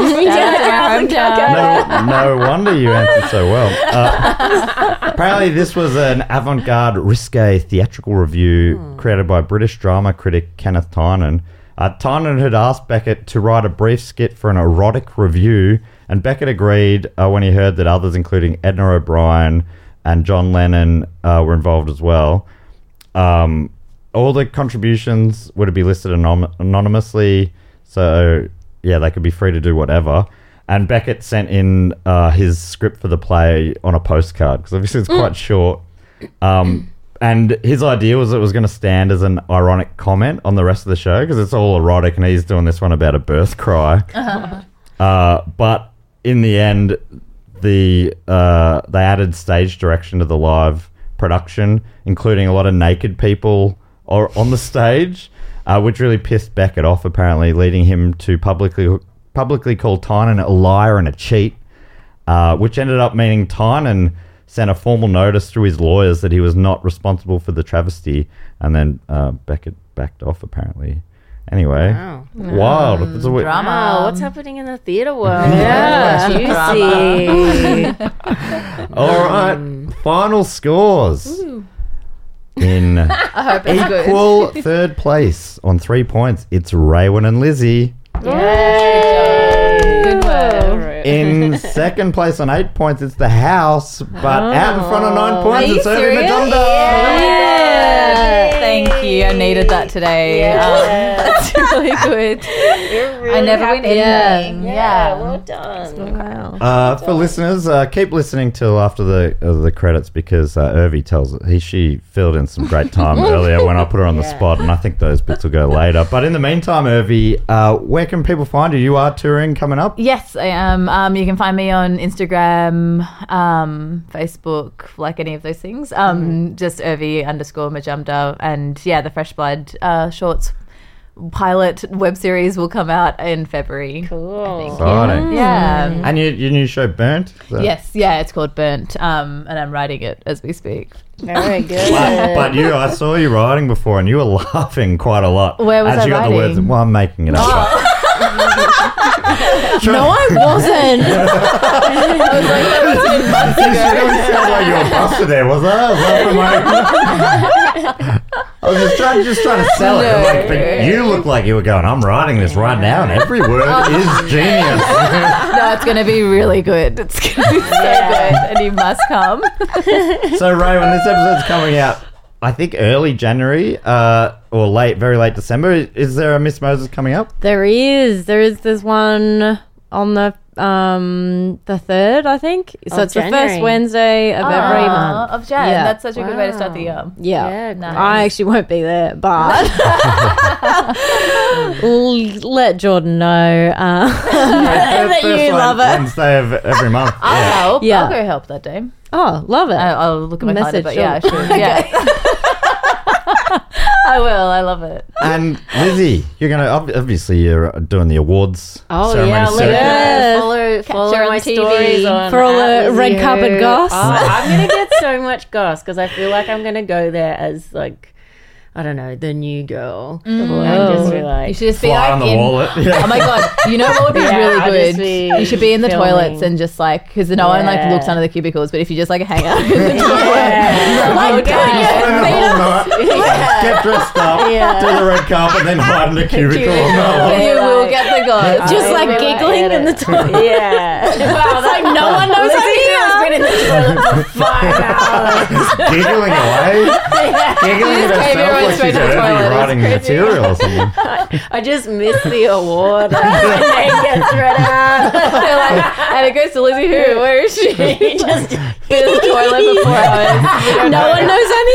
Speaker 2: no, no wonder you answered so well. Uh, apparently, this was an avant garde, risque theatrical review created by British drama critic Kenneth Tynan. Uh, Tynan had asked Beckett to write a brief skit for an erotic review, and Beckett agreed uh, when he heard that others, including Edna O'Brien and John Lennon, uh, were involved as well. Um, all the contributions were to be listed anom- anonymously, so yeah, they could be free to do whatever. And Beckett sent in uh, his script for the play on a postcard because obviously it's quite short. Um, and his idea was it was going to stand as an ironic comment on the rest of the show because it's all erotic, and he's doing this one about a birth cry. Uh, but in the end, the uh, they added stage direction to the live production, including a lot of naked people or on the stage, uh, which really pissed Beckett off, apparently, leading him to publicly publicly call Tynan a liar and a cheat, uh, which ended up meaning Tynan sent a formal notice through his lawyers that he was not responsible for the travesty, and then uh, Beckett backed off, apparently. Anyway, wild. It's a wi-
Speaker 4: Drama.
Speaker 5: Wow, what's happening in the theater world?
Speaker 4: Yeah.
Speaker 5: Juicy.
Speaker 2: All right,
Speaker 4: Um,
Speaker 2: final scores. In
Speaker 4: I hope it's good.
Speaker 2: equal third place on three points, it's Raywin and Lizzie.
Speaker 4: Good work.
Speaker 2: In second place on eight points, it's the house, but out in front of nine points,
Speaker 4: Oh. Are you
Speaker 2: it's Irving
Speaker 4: serious?
Speaker 2: Madonda.
Speaker 4: Yeah. Thank you. I needed that today. Um, that's really good. I never win anything. Yeah.
Speaker 5: well done.
Speaker 2: Uh, for listeners, uh, keep listening till after the uh, the credits because uh, Irvy tells he she filled in some great time earlier when I put her on the spot, and I think those bits will go later. But in the meantime, Irvy, uh, where can people find you? You are touring coming up.
Speaker 4: Yes, I am. Um, you can find me on Instagram, um, Facebook, like any of those things.
Speaker 6: Mm-hmm.
Speaker 4: Um, Just Irvi underscore Majumda. And yeah, the Fresh Blood uh, shorts pilot web series will come out in February.
Speaker 5: Cool.
Speaker 2: Friday.
Speaker 4: Yeah.
Speaker 2: And your, your new show, Burnt. Is that-
Speaker 4: Yes, yeah, it's called Burnt, um, and I'm writing it as we speak.
Speaker 5: Very good.
Speaker 2: But, but you, I saw you writing before, and you were laughing quite a lot.
Speaker 4: Where was
Speaker 2: as
Speaker 4: I Oh.
Speaker 2: you got the words.
Speaker 4: writing?
Speaker 2: Well, I'm making it up.
Speaker 6: No, I wasn't.
Speaker 2: but- you didn't sound like you were busted there, was I? I was, laughing my- I was just trying, just trying to sell it. Like, but you look like you were going. I'm writing this right now, and every word
Speaker 4: Oh.
Speaker 2: is genius.
Speaker 4: No, it's going to be really good. It's going to be so good, and you must come.
Speaker 2: so, Ray, when this episode's coming out, I think early January uh, or late, very late December. Is there a Miss Moses coming up?
Speaker 6: There is. There is this one on the um the third, I think. So
Speaker 5: Of
Speaker 6: it's the
Speaker 5: January.
Speaker 6: first Wednesday of every
Speaker 4: Ah,
Speaker 6: month.
Speaker 4: Of Jan.
Speaker 6: Yeah.
Speaker 4: That's such a good way to start the year.
Speaker 6: Yeah.
Speaker 5: Yeah, nice.
Speaker 6: I actually won't be there, but L- let Jordan know. Uh,
Speaker 2: that
Speaker 6: you love it.
Speaker 2: Wednesday of every month. yeah.
Speaker 4: I'll help.
Speaker 6: Yeah.
Speaker 4: I'll go help that day.
Speaker 6: oh, love it.
Speaker 5: Uh,
Speaker 4: I- I'll look at my calendar,
Speaker 6: Message
Speaker 4: but yeah, I
Speaker 6: Jordan.
Speaker 4: should. Yeah. I will. I love it.
Speaker 2: And Lizzie, you're gonna ob- obviously you're uh, doing the awards
Speaker 5: Oh
Speaker 2: ceremony
Speaker 5: yeah, look
Speaker 2: circuit.
Speaker 5: at that. Follow,
Speaker 4: her
Speaker 5: follow
Speaker 4: on
Speaker 5: my
Speaker 4: TV.
Speaker 5: stories on
Speaker 6: For all
Speaker 5: at
Speaker 6: the
Speaker 5: Lizzie
Speaker 6: red
Speaker 5: Who.
Speaker 6: carpet goss.
Speaker 5: Oh, I'm gonna get so much goss because I feel like I'm gonna go there as like I don't know the new girl.
Speaker 6: Mm.
Speaker 5: And just
Speaker 6: Oh.
Speaker 5: be
Speaker 4: You
Speaker 5: like,
Speaker 4: should just be
Speaker 2: Fly
Speaker 4: like
Speaker 2: on the
Speaker 4: in-
Speaker 2: wallet. Yeah.
Speaker 4: Oh my god! You know what would be
Speaker 5: Yeah, I'll
Speaker 4: really
Speaker 5: just
Speaker 4: good?
Speaker 5: be
Speaker 4: you should be in the
Speaker 5: filming.
Speaker 4: toilets and just like because no one like
Speaker 5: Yeah.
Speaker 4: looks under the cubicles, but if you just like hang out in the toilet,
Speaker 5: Yeah.
Speaker 4: like,
Speaker 2: Spend the whole night, Get dressed up, do the red carpet, then hide in the cubicle. all night.
Speaker 4: you will get the gods.
Speaker 6: Just like
Speaker 5: Everyone
Speaker 6: giggling
Speaker 5: at
Speaker 6: in the
Speaker 5: it. Yeah.
Speaker 6: It's like no one knows I'm here.
Speaker 5: been in the toilet for five hours.
Speaker 2: Giggling away. Giggling at herself
Speaker 4: just came everyone
Speaker 2: like
Speaker 4: straight
Speaker 2: she's
Speaker 4: to the
Speaker 2: already
Speaker 4: toilet.
Speaker 2: writing material or something.
Speaker 5: I just missed the award. My name gets read out.
Speaker 4: They're like, and it goes to Lizzie. Who? Where is she? just been in the toilet for four hours.
Speaker 6: No one knows I'm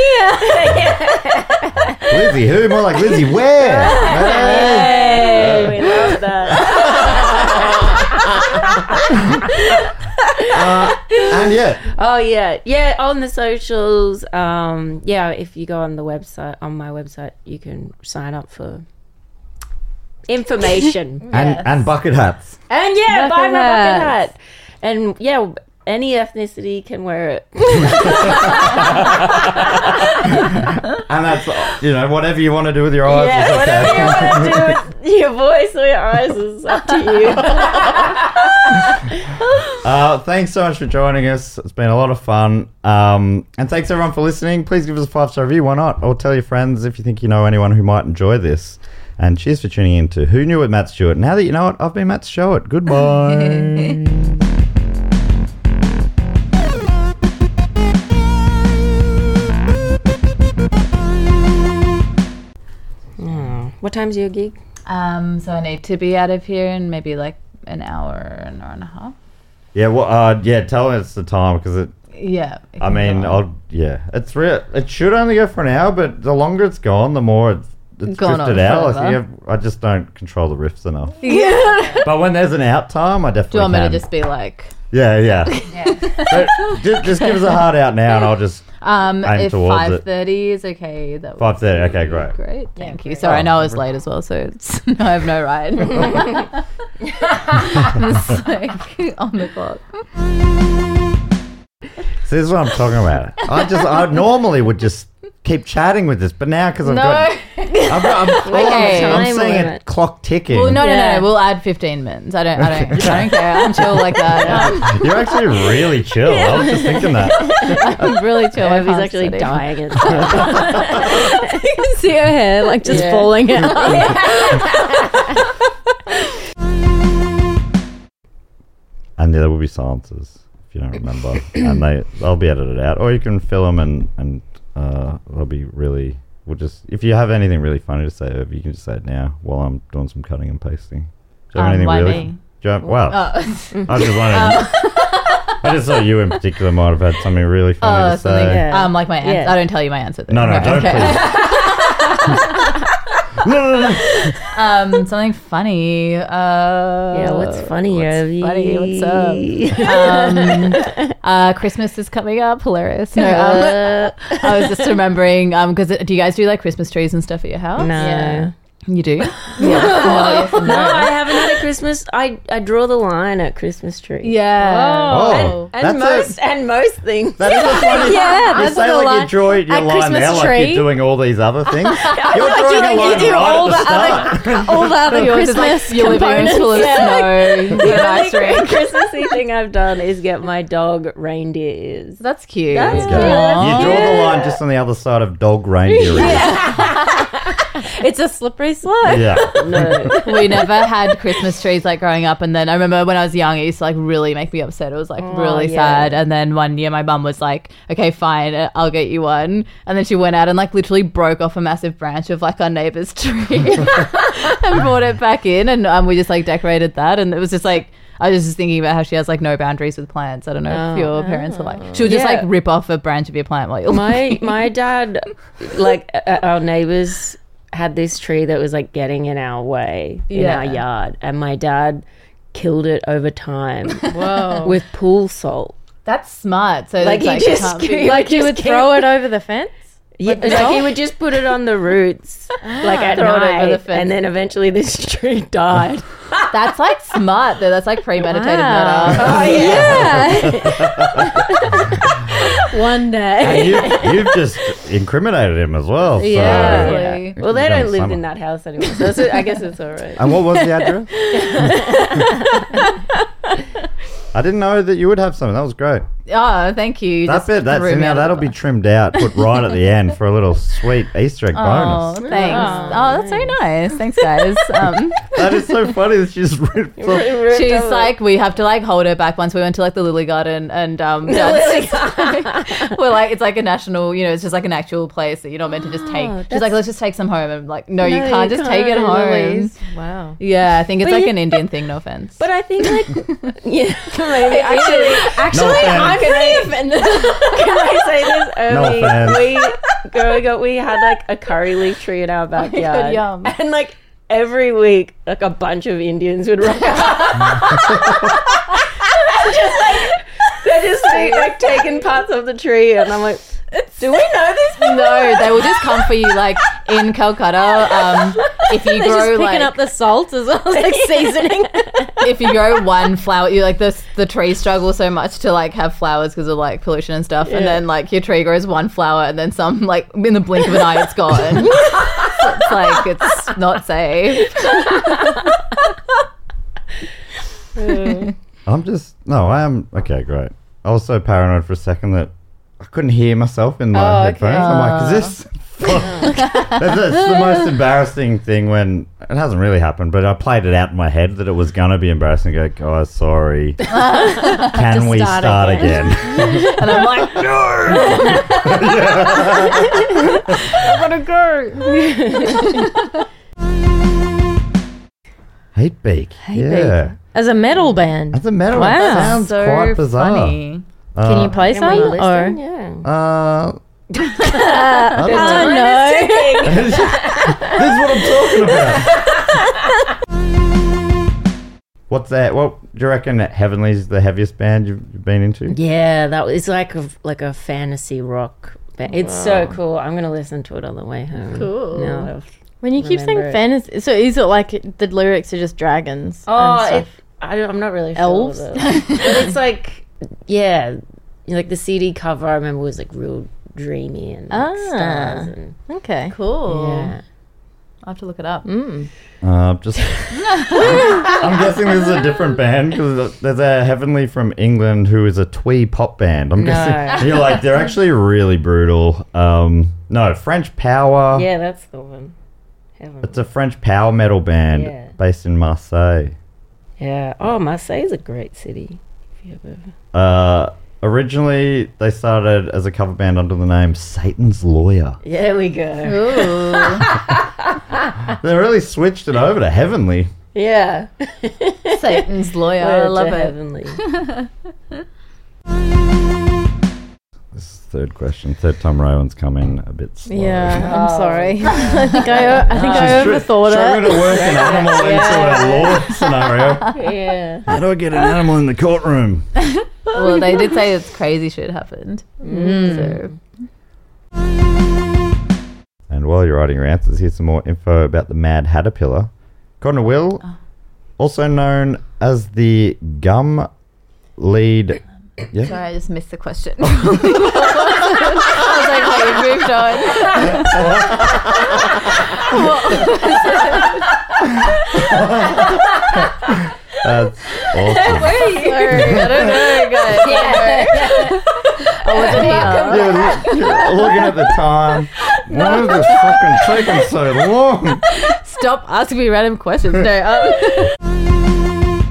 Speaker 6: here.
Speaker 2: Lizzie, who? More like Lizzie, where? Hey.
Speaker 5: Hey, we love that.
Speaker 2: Uh, and yeah,
Speaker 5: Oh yeah, yeah. On the socials, um, yeah. If you go on the website, on my website, you can sign up for information.
Speaker 2: and and bucket hats.
Speaker 5: and yeah, buy my bucket
Speaker 6: hats.
Speaker 5: hat. And yeah, any ethnicity can wear it.
Speaker 2: And that's uh, you know whatever you want to do with your eyes.
Speaker 5: yeah,
Speaker 2: is okay.
Speaker 5: whatever you want to do with your voice or your eyes is up to you.
Speaker 2: Uh, thanks so much for joining us. It's been a lot of fun. Um, and thanks everyone for listening. Please give us a five star review. Why not? Or tell your friends if you think you know anyone who might enjoy this. And cheers for tuning in to Who Knew It, Matt Stewart. Now that you know it, I've been Matt Stewart. Goodbye.
Speaker 5: What time's your gig?
Speaker 4: Um, so I need to be out of here in maybe like an hour, an hour and a half.
Speaker 2: yeah, well, uh, yeah. Tell us the time because it.
Speaker 4: Yeah. it
Speaker 2: I
Speaker 4: can
Speaker 2: mean,
Speaker 4: go on.
Speaker 2: I'll, yeah, it's real. It should only go for an hour, but the longer it's gone, the more it's, it's
Speaker 4: Gone on
Speaker 2: drifted out. I,
Speaker 4: forever.
Speaker 2: think I've- I just don't control the riffs enough. but when there's an out time, I definitely
Speaker 4: Do you want me to
Speaker 2: can.
Speaker 4: just be like,
Speaker 2: Yeah, yeah. But just, just give us a heart out now, and I'll just
Speaker 4: Um,
Speaker 2: Aim
Speaker 4: if
Speaker 2: towards it.
Speaker 4: five thirty is okay, that would
Speaker 2: five there. Okay, great.
Speaker 4: be great. Thank you. Sorry, I know I was late as well, so it's, I have no right. it's like on the clock.
Speaker 2: So this is what I'm talking about. I just I normally would just keep chatting with this, but now because I've got, I've got I'm, all
Speaker 4: Okay.
Speaker 2: I'm, I'm
Speaker 5: Time
Speaker 2: seeing a
Speaker 5: limit.
Speaker 2: clock ticking.
Speaker 4: Well, no, no,
Speaker 3: Yeah.
Speaker 4: no, no. We'll add fifteen minutes. I don't, I don't, I don't care. I'm chill like that. Um,
Speaker 2: You're actually really chill. I was just thinking that.
Speaker 4: I'm really chill. I
Speaker 5: He's
Speaker 4: can't
Speaker 5: actually
Speaker 4: study.
Speaker 5: dying. It's
Speaker 6: See her hair like just falling out.
Speaker 2: And there will be silences if you don't remember, and they they'll be edited out, or you can fill them and and uh, they'll be really. We'll just if you have anything really funny to say, Irv, you can just say it now while I'm doing some cutting and pasting. Do you have
Speaker 4: Um,
Speaker 2: anything
Speaker 4: why
Speaker 2: really?
Speaker 4: me?
Speaker 2: Do you have, wow.
Speaker 4: Oh,
Speaker 2: I just wanted. I just thought you in particular might have had something really funny
Speaker 4: oh,
Speaker 2: to
Speaker 4: something.
Speaker 2: say.
Speaker 4: Um, like my answer. I don't tell you my answer. Though.
Speaker 2: No, no,
Speaker 4: Okay.
Speaker 2: don't
Speaker 4: Okay.
Speaker 2: please. no, no, no.
Speaker 4: um, something funny. Uh,
Speaker 5: yeah, what's funny, Ovi?
Speaker 4: funny? What's up? um, uh, Christmas is coming up. Hilarious. No, um, I was just remembering because do you guys do like Christmas trees and stuff at your house?
Speaker 5: No.
Speaker 4: You do?
Speaker 5: No, I haven't had a Christmas. I, I draw the line at Christmas tree.
Speaker 4: Yeah.
Speaker 2: Oh,
Speaker 5: And most and most things.
Speaker 2: that is a funny.
Speaker 6: Yeah,
Speaker 2: You
Speaker 6: that's
Speaker 2: say
Speaker 6: the
Speaker 2: like you
Speaker 6: line.
Speaker 2: draw your
Speaker 6: At
Speaker 2: line now,
Speaker 6: Christmas
Speaker 2: like
Speaker 6: tree.
Speaker 2: you're doing all these other things. you're
Speaker 6: like
Speaker 2: drawing
Speaker 6: you
Speaker 2: a
Speaker 6: do-
Speaker 2: line
Speaker 6: you do
Speaker 2: right
Speaker 6: all
Speaker 2: at the,
Speaker 6: the other-
Speaker 2: start.
Speaker 6: All the other
Speaker 4: Yours is like
Speaker 6: Christmas
Speaker 4: your living room is full of
Speaker 6: components.
Speaker 4: snow. the ice rink.
Speaker 5: Christmassy thing I've done is get my dog reindeer ears.
Speaker 4: That's cute.
Speaker 2: Okay.
Speaker 5: That's
Speaker 2: You draw the line just on the other side of dog reindeer. yeah.
Speaker 6: It's a slippery slope.
Speaker 2: yeah.
Speaker 5: No.
Speaker 4: we never had Christmas trees like growing up. And then I remember when I was young, it used to like really make me upset. It was like really
Speaker 5: Oh, yeah.
Speaker 4: sad. And then one year, my mum was like, "Okay, fine, uh, I'll get you one." And then she went out and like literally broke off a massive branch of like our neighbor's tree and brought it back in, and um, we just like decorated that. And it was just like. I was just thinking about how she has like no boundaries with plants. I don't know if your parents are like she'll just
Speaker 5: Yeah.
Speaker 4: like rip off a branch of your plant while you're
Speaker 5: Oh. my my dad, like uh, our neighbors, had this tree that was like getting in our way
Speaker 4: Yeah.
Speaker 5: in our yard, and my dad killed it over time
Speaker 4: whoa.
Speaker 5: with pool salt.
Speaker 4: That's smart. So
Speaker 5: Like
Speaker 4: like,
Speaker 5: he
Speaker 4: like
Speaker 5: just
Speaker 4: can't be-
Speaker 5: like
Speaker 6: Like you would throw it over the fence.
Speaker 5: Yeah, like he would just put it on the roots, like at
Speaker 4: Ah. Throw it over
Speaker 5: night,
Speaker 4: the fence.
Speaker 5: and then eventually this tree died.
Speaker 4: That's like smart though. That's like premeditated murder.
Speaker 5: Oh,
Speaker 6: One day.
Speaker 2: And you, you've just incriminated him as well. So.
Speaker 4: Yeah.
Speaker 5: Well, they
Speaker 2: Done
Speaker 5: don't live
Speaker 2: summer.
Speaker 5: in that house anymore, so it's, I guess it's all right.
Speaker 2: And what was the address? I didn't know that you would have something. That was great.
Speaker 4: Oh, thank you.
Speaker 2: That
Speaker 4: Just
Speaker 2: bit, that's
Speaker 4: threw me
Speaker 2: now
Speaker 4: out
Speaker 2: that'll
Speaker 4: of
Speaker 2: be
Speaker 4: it.
Speaker 2: trimmed out, put right at the end for a little sweet Easter egg
Speaker 4: Oh,
Speaker 2: bonus.
Speaker 4: thanks. Oh, that's very nice. Thanks, guys. Um,
Speaker 2: That is so funny that she's ripped off.
Speaker 4: she's like, we have to like hold her back. Once we went to like the Lily Garden, and um, that's just, like, we're like, it's like a national, you know, it's just like an actual place that you're not meant to just take. She's like, let's just take some home. And I'm like, no, you
Speaker 5: Ah, No,
Speaker 4: can't
Speaker 5: you
Speaker 4: just take it
Speaker 5: can't,
Speaker 4: home.
Speaker 5: Louise.
Speaker 6: Wow.
Speaker 4: Yeah, I think it's
Speaker 5: But
Speaker 4: like
Speaker 5: you-
Speaker 4: an Indian thing. No offense.
Speaker 5: But I think like yeah, maybe actually,
Speaker 2: No offense.
Speaker 5: pretty offended. Can I say this
Speaker 2: No
Speaker 5: early?
Speaker 2: offense.
Speaker 5: we growing up, we had like a curry leaf tree in
Speaker 6: Oh
Speaker 5: our backyard,
Speaker 4: yum.
Speaker 5: and like every week, like a bunch of Indians would rock up. just like they're just like, like taking parts of the tree, and I'm like, do we know these people?
Speaker 4: no, they will just come for you. Like in Calcutta, um, if
Speaker 6: They're
Speaker 4: you
Speaker 6: just
Speaker 4: grow
Speaker 6: picking
Speaker 4: like
Speaker 6: up the salt as well as like seasoning.
Speaker 4: if you grow one flower, you like the the trees struggle so much to like have flowers because of like pollution and stuff, and then like your tree grows one flower, and then some like in the blink of an eye, it's gone. it's like it's not safe.
Speaker 2: I'm just no, I am okay, great. I was so paranoid for a second that I couldn't hear myself in my headphones. I'm like, is this? that's, that's the most embarrassing thing when it hasn't really happened, but I played it out in my head that it was gonna be embarrassing. I go, guys, sorry. Can we
Speaker 6: start
Speaker 2: start again?
Speaker 4: And I'm like,
Speaker 2: Hate beak. yeah.
Speaker 6: As a metal band.
Speaker 2: That's a metal. Wow.
Speaker 6: Wow.
Speaker 2: sounds
Speaker 4: so
Speaker 2: quite bizarre.
Speaker 4: funny.
Speaker 2: Uh,
Speaker 6: Can you play some? Or
Speaker 5: yeah.
Speaker 2: Uh, I don't
Speaker 6: oh no.
Speaker 2: this is what I'm talking about. What's that? What do you reckon? That Heavenly's the heaviest band you've you've been into?
Speaker 5: Yeah, that was like a like a fantasy rock. Band. It's so cool. I'm gonna listen to it on the way home.
Speaker 6: Cool.
Speaker 5: Now that I've-
Speaker 6: When you keep saying
Speaker 5: Remember it.
Speaker 6: fantasy, so is it like the lyrics are just dragons?
Speaker 5: Oh,
Speaker 6: and
Speaker 5: it,
Speaker 6: stuff?
Speaker 5: I don't, I'm not really sure.
Speaker 6: Elves?
Speaker 5: what it is. but it's like, yeah, like the CD cover. I remember was like real dreamy and like, stars and
Speaker 6: okay,
Speaker 4: Cool.
Speaker 5: yeah.
Speaker 4: I have to look it up.
Speaker 2: Uh, just, I'm guessing this is a different band because there's a Heavenly from England who is a twee pop band. I'm guessing you're like they're actually really brutal. Um, no, French Power.
Speaker 5: Yeah, that's the one. Heaven.
Speaker 2: It's a French power metal band
Speaker 5: Yeah.
Speaker 2: based in Marseille.
Speaker 5: Yeah. Oh, Marseille's a great city. If you ever.
Speaker 2: Uh, originally, they started as a cover band under the name Satan's Lawyer.
Speaker 5: There we go.
Speaker 2: They really switched it over to Heavenly.
Speaker 5: Yeah.
Speaker 4: Satan's lawyer. I
Speaker 5: Word
Speaker 4: love
Speaker 5: to
Speaker 4: it.
Speaker 5: Heavenly.
Speaker 2: This is the third question. Third time Rowan's come in a bit slow.
Speaker 6: yeah.
Speaker 4: Oh.
Speaker 6: I'm sorry. I think I, I think I overthought
Speaker 2: Trying to work an animal into a law scenario.
Speaker 5: yeah.
Speaker 2: How do I get an animal in the courtroom?
Speaker 4: Well, they did say it's crazy shit happened. So,
Speaker 2: And while you're writing your answers, here's some more info about the Mad Hatter Pillar. According to Will,
Speaker 4: Oh.
Speaker 2: also known as the gum lead. Yeah.
Speaker 4: sorry, I just missed the question. I was like, wait, moved on.
Speaker 2: That's awesome.
Speaker 4: Sorry, I don't know, guys. I wasn't here.
Speaker 2: You're, look- you're looking at the time. Why is this fucking taking so long?
Speaker 4: Stop asking me random questions. No, um,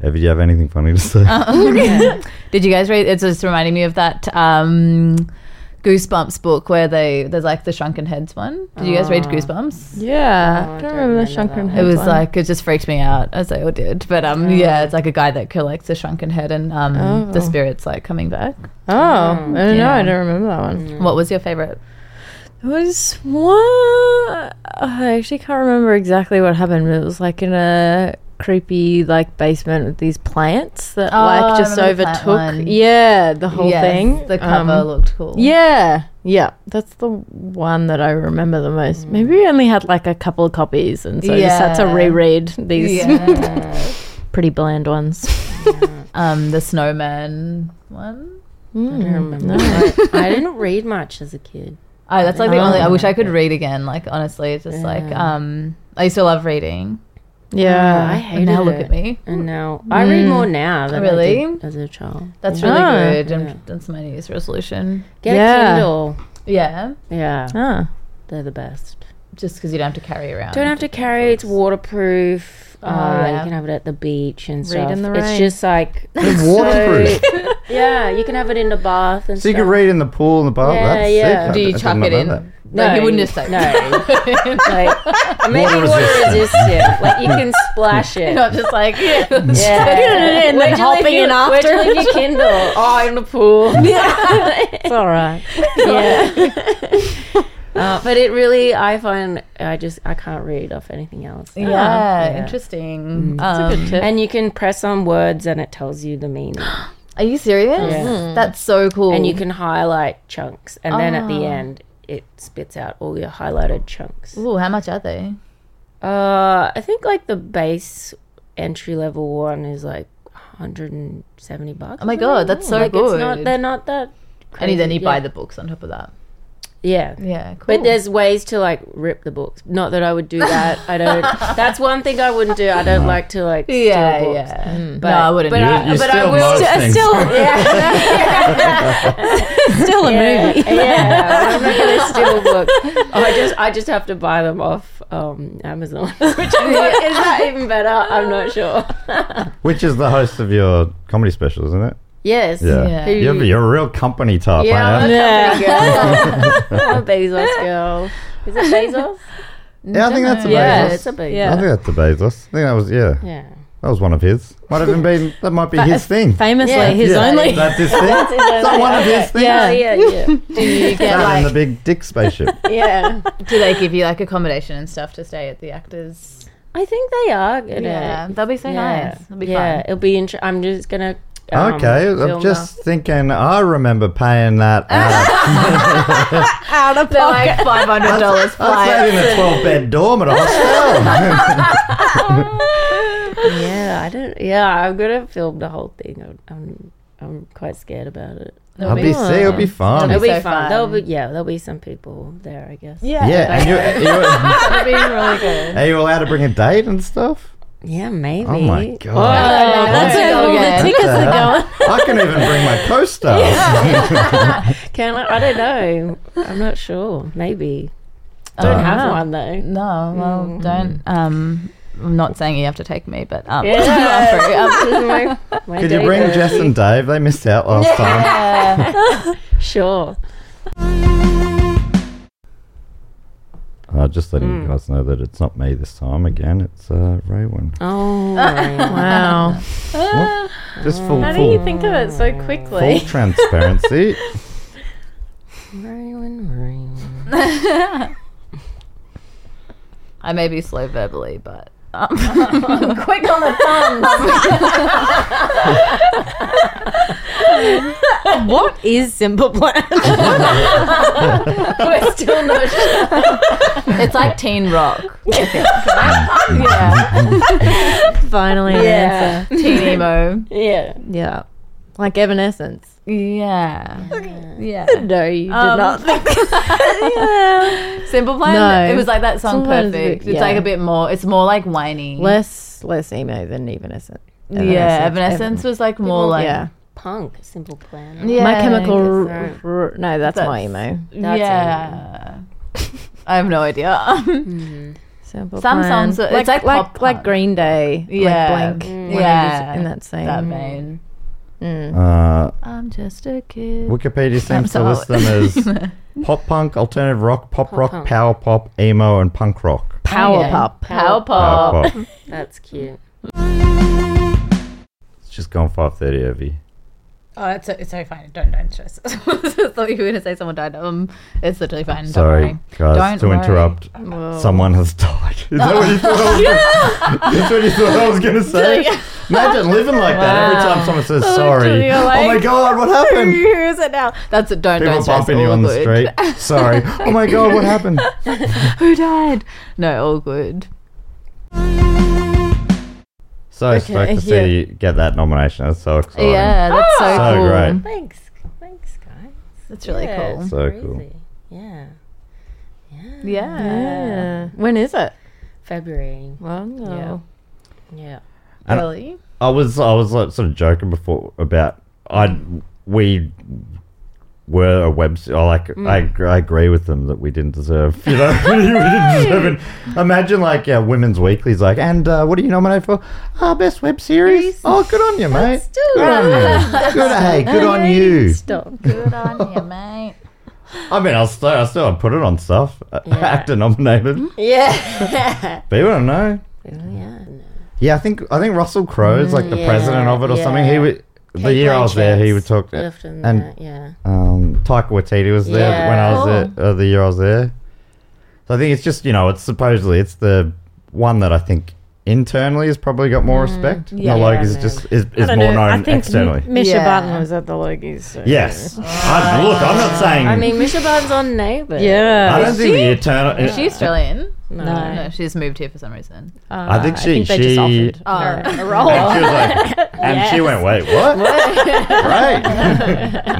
Speaker 2: Ever, do you have anything funny to say?
Speaker 4: Oh, did you guys read? It's just reminding me of that um, Goosebumps book where they there's like the Shrunken Heads one. Did you guys
Speaker 6: Ah.
Speaker 4: read Goosebumps?
Speaker 6: Yeah,
Speaker 5: Oh,
Speaker 6: I don't remember the Shrunken
Speaker 4: It
Speaker 6: Head.
Speaker 4: was
Speaker 6: one.
Speaker 4: like it just freaked me out as they all did. But
Speaker 6: Oh.
Speaker 4: um, yeah, it's like a guy that collects a shrunken head and um, the spirits like coming back.
Speaker 6: oh, I don't know,
Speaker 4: yeah.
Speaker 6: I don't remember that
Speaker 5: Mm.
Speaker 6: one.
Speaker 4: What was your favorite?
Speaker 6: It was one. I actually can't remember exactly what happened, but it was like in a creepy like basement with these plants that
Speaker 4: Oh, I
Speaker 6: like just
Speaker 4: remember the plant
Speaker 6: overtook.
Speaker 4: one.
Speaker 6: Yeah, the whole
Speaker 4: Yes,
Speaker 6: thing.
Speaker 4: The cover
Speaker 6: Um,
Speaker 4: looked cool.
Speaker 6: Yeah, yeah, that's the one that I remember the most. Maybe we only had like a couple of copies, and so I just had to
Speaker 4: Hmm. Yeah.
Speaker 6: reread these
Speaker 4: Yeah.
Speaker 6: pretty bland ones.
Speaker 4: um, the snowman one.
Speaker 5: I don't remember. I, I didn't read much as a kid.
Speaker 4: Oh, that's like the only. I wish I could read again. Like honestly, it's just like um, I used to love reading. Oh,
Speaker 5: Oh, I
Speaker 6: Yeah, Hmm.
Speaker 4: And
Speaker 5: hated
Speaker 4: now
Speaker 5: it.
Speaker 4: look at me.
Speaker 5: And now I read more now than really?
Speaker 4: Really?
Speaker 5: as a child.
Speaker 4: That's
Speaker 5: Yeah.
Speaker 4: really
Speaker 6: Ah.
Speaker 4: good. And that's my New Year's resolution.
Speaker 5: Get
Speaker 6: Yeah.
Speaker 5: a Kindle.
Speaker 4: Yeah,
Speaker 5: Yeah,
Speaker 6: Ah.
Speaker 5: they're the best.
Speaker 4: just because you don't have to carry around.
Speaker 5: Don't have to carry. It's waterproof. uh,
Speaker 4: yeah.
Speaker 5: You can have it at the beach and stuff.
Speaker 6: in the
Speaker 5: It's
Speaker 6: rain.
Speaker 5: just like
Speaker 2: It's waterproof.
Speaker 5: yeah, you can have it in the bath and
Speaker 2: So you
Speaker 5: stuff.
Speaker 2: can read in the pool in the bath.
Speaker 5: Yeah,
Speaker 2: That's
Speaker 5: yeah.
Speaker 2: sick.
Speaker 4: Do
Speaker 2: I- I
Speaker 4: you
Speaker 2: did
Speaker 4: chuck
Speaker 2: not
Speaker 4: it
Speaker 2: know
Speaker 4: in?
Speaker 2: that.
Speaker 4: No, he wouldn't have said.
Speaker 5: No, like maybe water,
Speaker 2: resistant.
Speaker 5: resistant. Like you can splash it.
Speaker 4: Not just like
Speaker 5: yeah,
Speaker 6: and then
Speaker 5: Where'd you leave
Speaker 6: hopping
Speaker 5: your-
Speaker 6: in after.
Speaker 5: Where'd you leave your Kindle? Oh, in the pool.
Speaker 6: it's all right.
Speaker 5: yeah. Uh, but it really, I find I just I can't read off anything else.
Speaker 4: Yeah,
Speaker 5: Mm.
Speaker 4: interesting. Um,
Speaker 5: And you can press on words and it tells you the meaning.
Speaker 4: are you serious? Mm. That's so cool.
Speaker 5: Hmm.
Speaker 4: Ah.
Speaker 5: And you can highlight chunks, and then at the end it spits out all your highlighted chunks.
Speaker 4: Ooh, how much are they?
Speaker 5: Uh, I think like the base entry level one is like 170 bucks.
Speaker 4: Oh my god, that's so
Speaker 5: like
Speaker 4: good.
Speaker 5: it's not they're not that. Crazy.
Speaker 4: and then you
Speaker 5: yeah.
Speaker 4: buy the books on top of that.
Speaker 5: yeah.
Speaker 4: Yeah, cool.
Speaker 5: But there's ways to like rip the books. Not that I would do that. I don't. That's one thing I wouldn't do. I don't like to like steal
Speaker 4: yeah,
Speaker 5: books.
Speaker 4: yeah.
Speaker 5: But,
Speaker 4: no, I wouldn't.
Speaker 5: But
Speaker 4: do
Speaker 5: I,
Speaker 2: You
Speaker 5: but I
Speaker 2: still
Speaker 5: will.
Speaker 2: most things.
Speaker 6: Still a movie.
Speaker 5: yeah, I'm not gonna steal books. I just I just have to buy them off um, Amazon, which I'm not, is that even better? I'm not sure.
Speaker 2: Which is the host of your comedy special, isn't it?
Speaker 5: Yes.
Speaker 4: Yeah.
Speaker 2: You're, you're a real company type.
Speaker 5: Yeah,
Speaker 2: aren't
Speaker 5: I'm
Speaker 2: you?
Speaker 5: a company girl. I'm a Bezos girl. Is it Bezos?
Speaker 2: yeah I think that's a
Speaker 4: Yeah,
Speaker 2: Bezos.
Speaker 5: It's a Bezos.
Speaker 2: I think that's a Bezos. I think that was, yeah.
Speaker 5: Yeah.
Speaker 2: That was one of his. Might have even been. That might be his thing.
Speaker 6: Famously,
Speaker 5: Yeah.
Speaker 6: his
Speaker 2: Yeah,
Speaker 6: only.
Speaker 2: That's his thing. That's one of his things.
Speaker 6: Yeah.
Speaker 5: Oh, yeah, yeah.
Speaker 4: Do you get
Speaker 2: That and the
Speaker 4: like?
Speaker 2: big dick spaceship.
Speaker 5: yeah.
Speaker 4: Do they give you like accommodation and stuff to stay at the actors?
Speaker 5: I think they are gonna.
Speaker 4: Yeah, that'll be so nice. It'll be
Speaker 5: yeah,
Speaker 4: fun.
Speaker 5: it'll be. Inter- I'm just gonna. um,
Speaker 2: Okay, I'm
Speaker 5: film
Speaker 2: just thinking. I remember paying that. Out.
Speaker 4: Out of They're like five hundred dollars
Speaker 2: I
Speaker 4: flight.
Speaker 2: stayed in a twelve bed dorm at a hostel.
Speaker 5: the- Yeah, I don't. Yeah, I'm gonna film the whole thing. I'm. I'm, I'm quite scared about it.
Speaker 2: I'll be see. It'll be fun.
Speaker 5: It'll
Speaker 4: be
Speaker 5: be
Speaker 4: so
Speaker 5: fun.
Speaker 4: fun.
Speaker 5: There'll be yeah. Therell be some people there, I guess.
Speaker 2: yeah, and you, you,
Speaker 4: It'll be really good.
Speaker 2: are you allowed to bring a date and stuff?
Speaker 5: Yeah, maybe.
Speaker 2: Oh my god!
Speaker 4: Oh, that's
Speaker 6: where all the
Speaker 2: What the hell? I can even bring my co-star.
Speaker 5: Can I? I don't know. I'm not sure. Maybe. I don't
Speaker 2: Don't
Speaker 5: have
Speaker 4: know.
Speaker 5: one though.
Speaker 4: No, well, don't. Um, I'm not saying you have to take me, but um,
Speaker 5: Yeah.
Speaker 4: I'm free. Um,
Speaker 5: My- my
Speaker 2: Could you
Speaker 5: day
Speaker 2: bring
Speaker 5: goes.
Speaker 2: Jess and Dave? They missed out last time.
Speaker 5: Sure.
Speaker 2: Uh, just letting you guys know that it's not me this time. Again, it's uh, Raywin.
Speaker 5: Oh, my.
Speaker 6: Wow.
Speaker 2: Just full,
Speaker 6: How do
Speaker 2: full,
Speaker 6: you think of it so quickly?
Speaker 2: full transparency.
Speaker 5: Raywin, Raywin.
Speaker 4: I may be slow verbally, but um, I'm quick on the thumbs.
Speaker 6: What is Simple Plan?
Speaker 5: We're still not sure.
Speaker 4: it's like Teen Rock. yeah,
Speaker 6: Finally, an answer.
Speaker 5: Yeah.
Speaker 4: Teen emo.
Speaker 5: Yeah.
Speaker 6: Yeah. Like Evanescence.
Speaker 4: Yeah, yeah.
Speaker 6: No, you did
Speaker 4: Um,
Speaker 6: not think
Speaker 4: Simple Plan.
Speaker 6: No.
Speaker 4: It was like that song
Speaker 6: Simple Plan's a
Speaker 4: Perfect.
Speaker 6: bit-
Speaker 4: It's like
Speaker 6: yeah.
Speaker 4: a bit more. It's more like whiny.
Speaker 6: less less emo than Evanescent.
Speaker 4: yeah, Evanescence was like more like
Speaker 6: yeah.
Speaker 5: Punk, simple plan.
Speaker 4: Yeah,
Speaker 6: My Chemical.
Speaker 4: I guess
Speaker 6: r- r- no, that's, my emo.
Speaker 4: so.
Speaker 5: That's
Speaker 4: yeah. I have no idea.
Speaker 6: Simple
Speaker 4: Mm-hmm. Some
Speaker 6: Plan.
Speaker 4: songs are- it's like
Speaker 6: like
Speaker 4: pop
Speaker 6: like
Speaker 4: punk.
Speaker 6: Green Day.
Speaker 4: Yeah.
Speaker 6: Like Blink.
Speaker 4: Mm.
Speaker 6: when it was
Speaker 4: Yeah.
Speaker 6: In that same.
Speaker 4: that vein.
Speaker 2: Uh,
Speaker 4: I'm just a kid.
Speaker 2: Wikipedia seems to
Speaker 4: so
Speaker 2: list them as pop punk, alternative rock, pop, rock,
Speaker 5: punk.
Speaker 2: power pop, emo, and punk rock.
Speaker 6: Power
Speaker 4: Yeah.
Speaker 6: Pop.
Speaker 4: Power
Speaker 2: Power
Speaker 4: pop.
Speaker 2: pop.
Speaker 5: Oh, That's cute.
Speaker 2: It's just gone five thirty over.
Speaker 4: Oh, it's, it's so fine. Don't don't stress. I thought you were going to say someone died. Um, it's literally fine.
Speaker 2: Sorry, guys,
Speaker 4: Don't
Speaker 2: to
Speaker 4: worry.
Speaker 2: interrupt. Someone has died. Is that what you thought I was? Gonna, that's what you thought I was going to say. Imagine living like that every time someone says sorry.
Speaker 4: you're like-
Speaker 2: oh my god, what happened?
Speaker 4: Who is it now? That's it. Don't
Speaker 2: People
Speaker 4: don't stress.
Speaker 2: bumping you
Speaker 4: all
Speaker 2: on the
Speaker 4: good.
Speaker 2: street. Sorry. Oh my god, what happened?
Speaker 4: Who died? No, all good.
Speaker 2: So stoked to see
Speaker 6: yeah.
Speaker 2: you get that nomination. That's so exciting.
Speaker 4: Yeah, that's so,
Speaker 2: So
Speaker 4: cool.
Speaker 2: great.
Speaker 5: Thanks. Thanks, guys.
Speaker 4: That's really
Speaker 5: Yeah,
Speaker 4: cool.
Speaker 5: it's
Speaker 2: So
Speaker 5: crazy.
Speaker 2: cool.
Speaker 5: Yeah. Yeah.
Speaker 4: Yeah.
Speaker 6: Yeah. When is it?
Speaker 5: February.
Speaker 6: Well, no.
Speaker 5: Yeah. Yeah.
Speaker 2: And-
Speaker 4: Really?
Speaker 2: I was I was like sort of joking before about I we were a web I like I, gr- I agree with them that we didn't deserve you know we didn't deserve it. Imagine like yeah, Women's Weekly's like and uh, what are you nominated for? Ah, best web series. Oh, good on you, mate. Good on you. Good hey, good on you.
Speaker 5: Stop.
Speaker 4: Good on you, mate.
Speaker 2: I mean, I'll still I still put it on stuff. Uh, Actor nominated.
Speaker 5: Yeah.
Speaker 2: But you don't know.
Speaker 5: yeah.
Speaker 2: Yeah, I think I think Russell Crowe's like the
Speaker 5: Yeah,
Speaker 2: president of it or something. He
Speaker 5: yeah.
Speaker 2: was. The year I was there, he would talk to,
Speaker 5: Left and,
Speaker 2: and
Speaker 5: that, yeah.
Speaker 2: um, Taika Waititi was there
Speaker 5: Yeah.
Speaker 2: when I was there, uh, the year I was there. So I think it's just you know it's supposedly it's the one that I think internally has probably got more respect. Yeah,
Speaker 4: Yeah.
Speaker 2: the Logies
Speaker 5: Yeah,
Speaker 2: just is, is more known externally.
Speaker 6: Misha
Speaker 4: Yeah.
Speaker 6: Barton was at the Logies. so-
Speaker 2: yes, I, look, I'm not saying.
Speaker 5: I
Speaker 2: I,
Speaker 5: mean, Michelle Barnes on Neighbours.
Speaker 6: Yeah.
Speaker 2: don't think the eternal.
Speaker 4: Is she Australian?
Speaker 5: No.
Speaker 4: No, she's moved here for some reason.
Speaker 2: I
Speaker 5: Uh,
Speaker 2: think she
Speaker 6: they just
Speaker 2: she
Speaker 6: offered.
Speaker 4: Oh,
Speaker 2: and she was like, and she went, wait, what? right,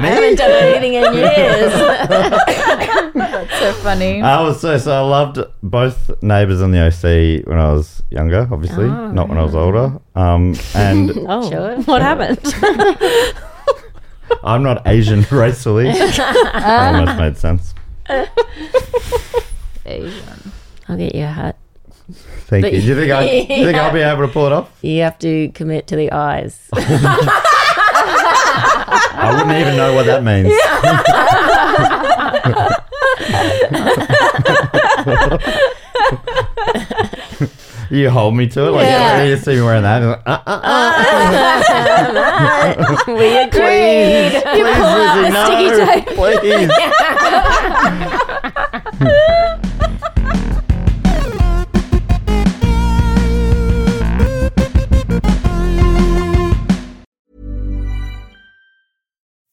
Speaker 2: me?
Speaker 5: Done anything in years.
Speaker 4: so funny.
Speaker 2: I was so so I loved both neighbours and the OC when I was younger, obviously, not when I was older. Um, and
Speaker 6: Oh,
Speaker 5: Sure.
Speaker 6: what happened?
Speaker 2: I'm not Asian racially. That much made sense.
Speaker 4: Asian.
Speaker 5: I'll get you a hat.
Speaker 2: Thank you. Do you think I do you think I'll be able to pull it off?
Speaker 5: You have to commit to the eyes.
Speaker 2: I wouldn't even know what that means. You hold me to it. Like,
Speaker 4: Yeah.
Speaker 2: you see me wearing that. and like, uh, uh,
Speaker 5: we agree.
Speaker 2: please, Lizzie, no, please.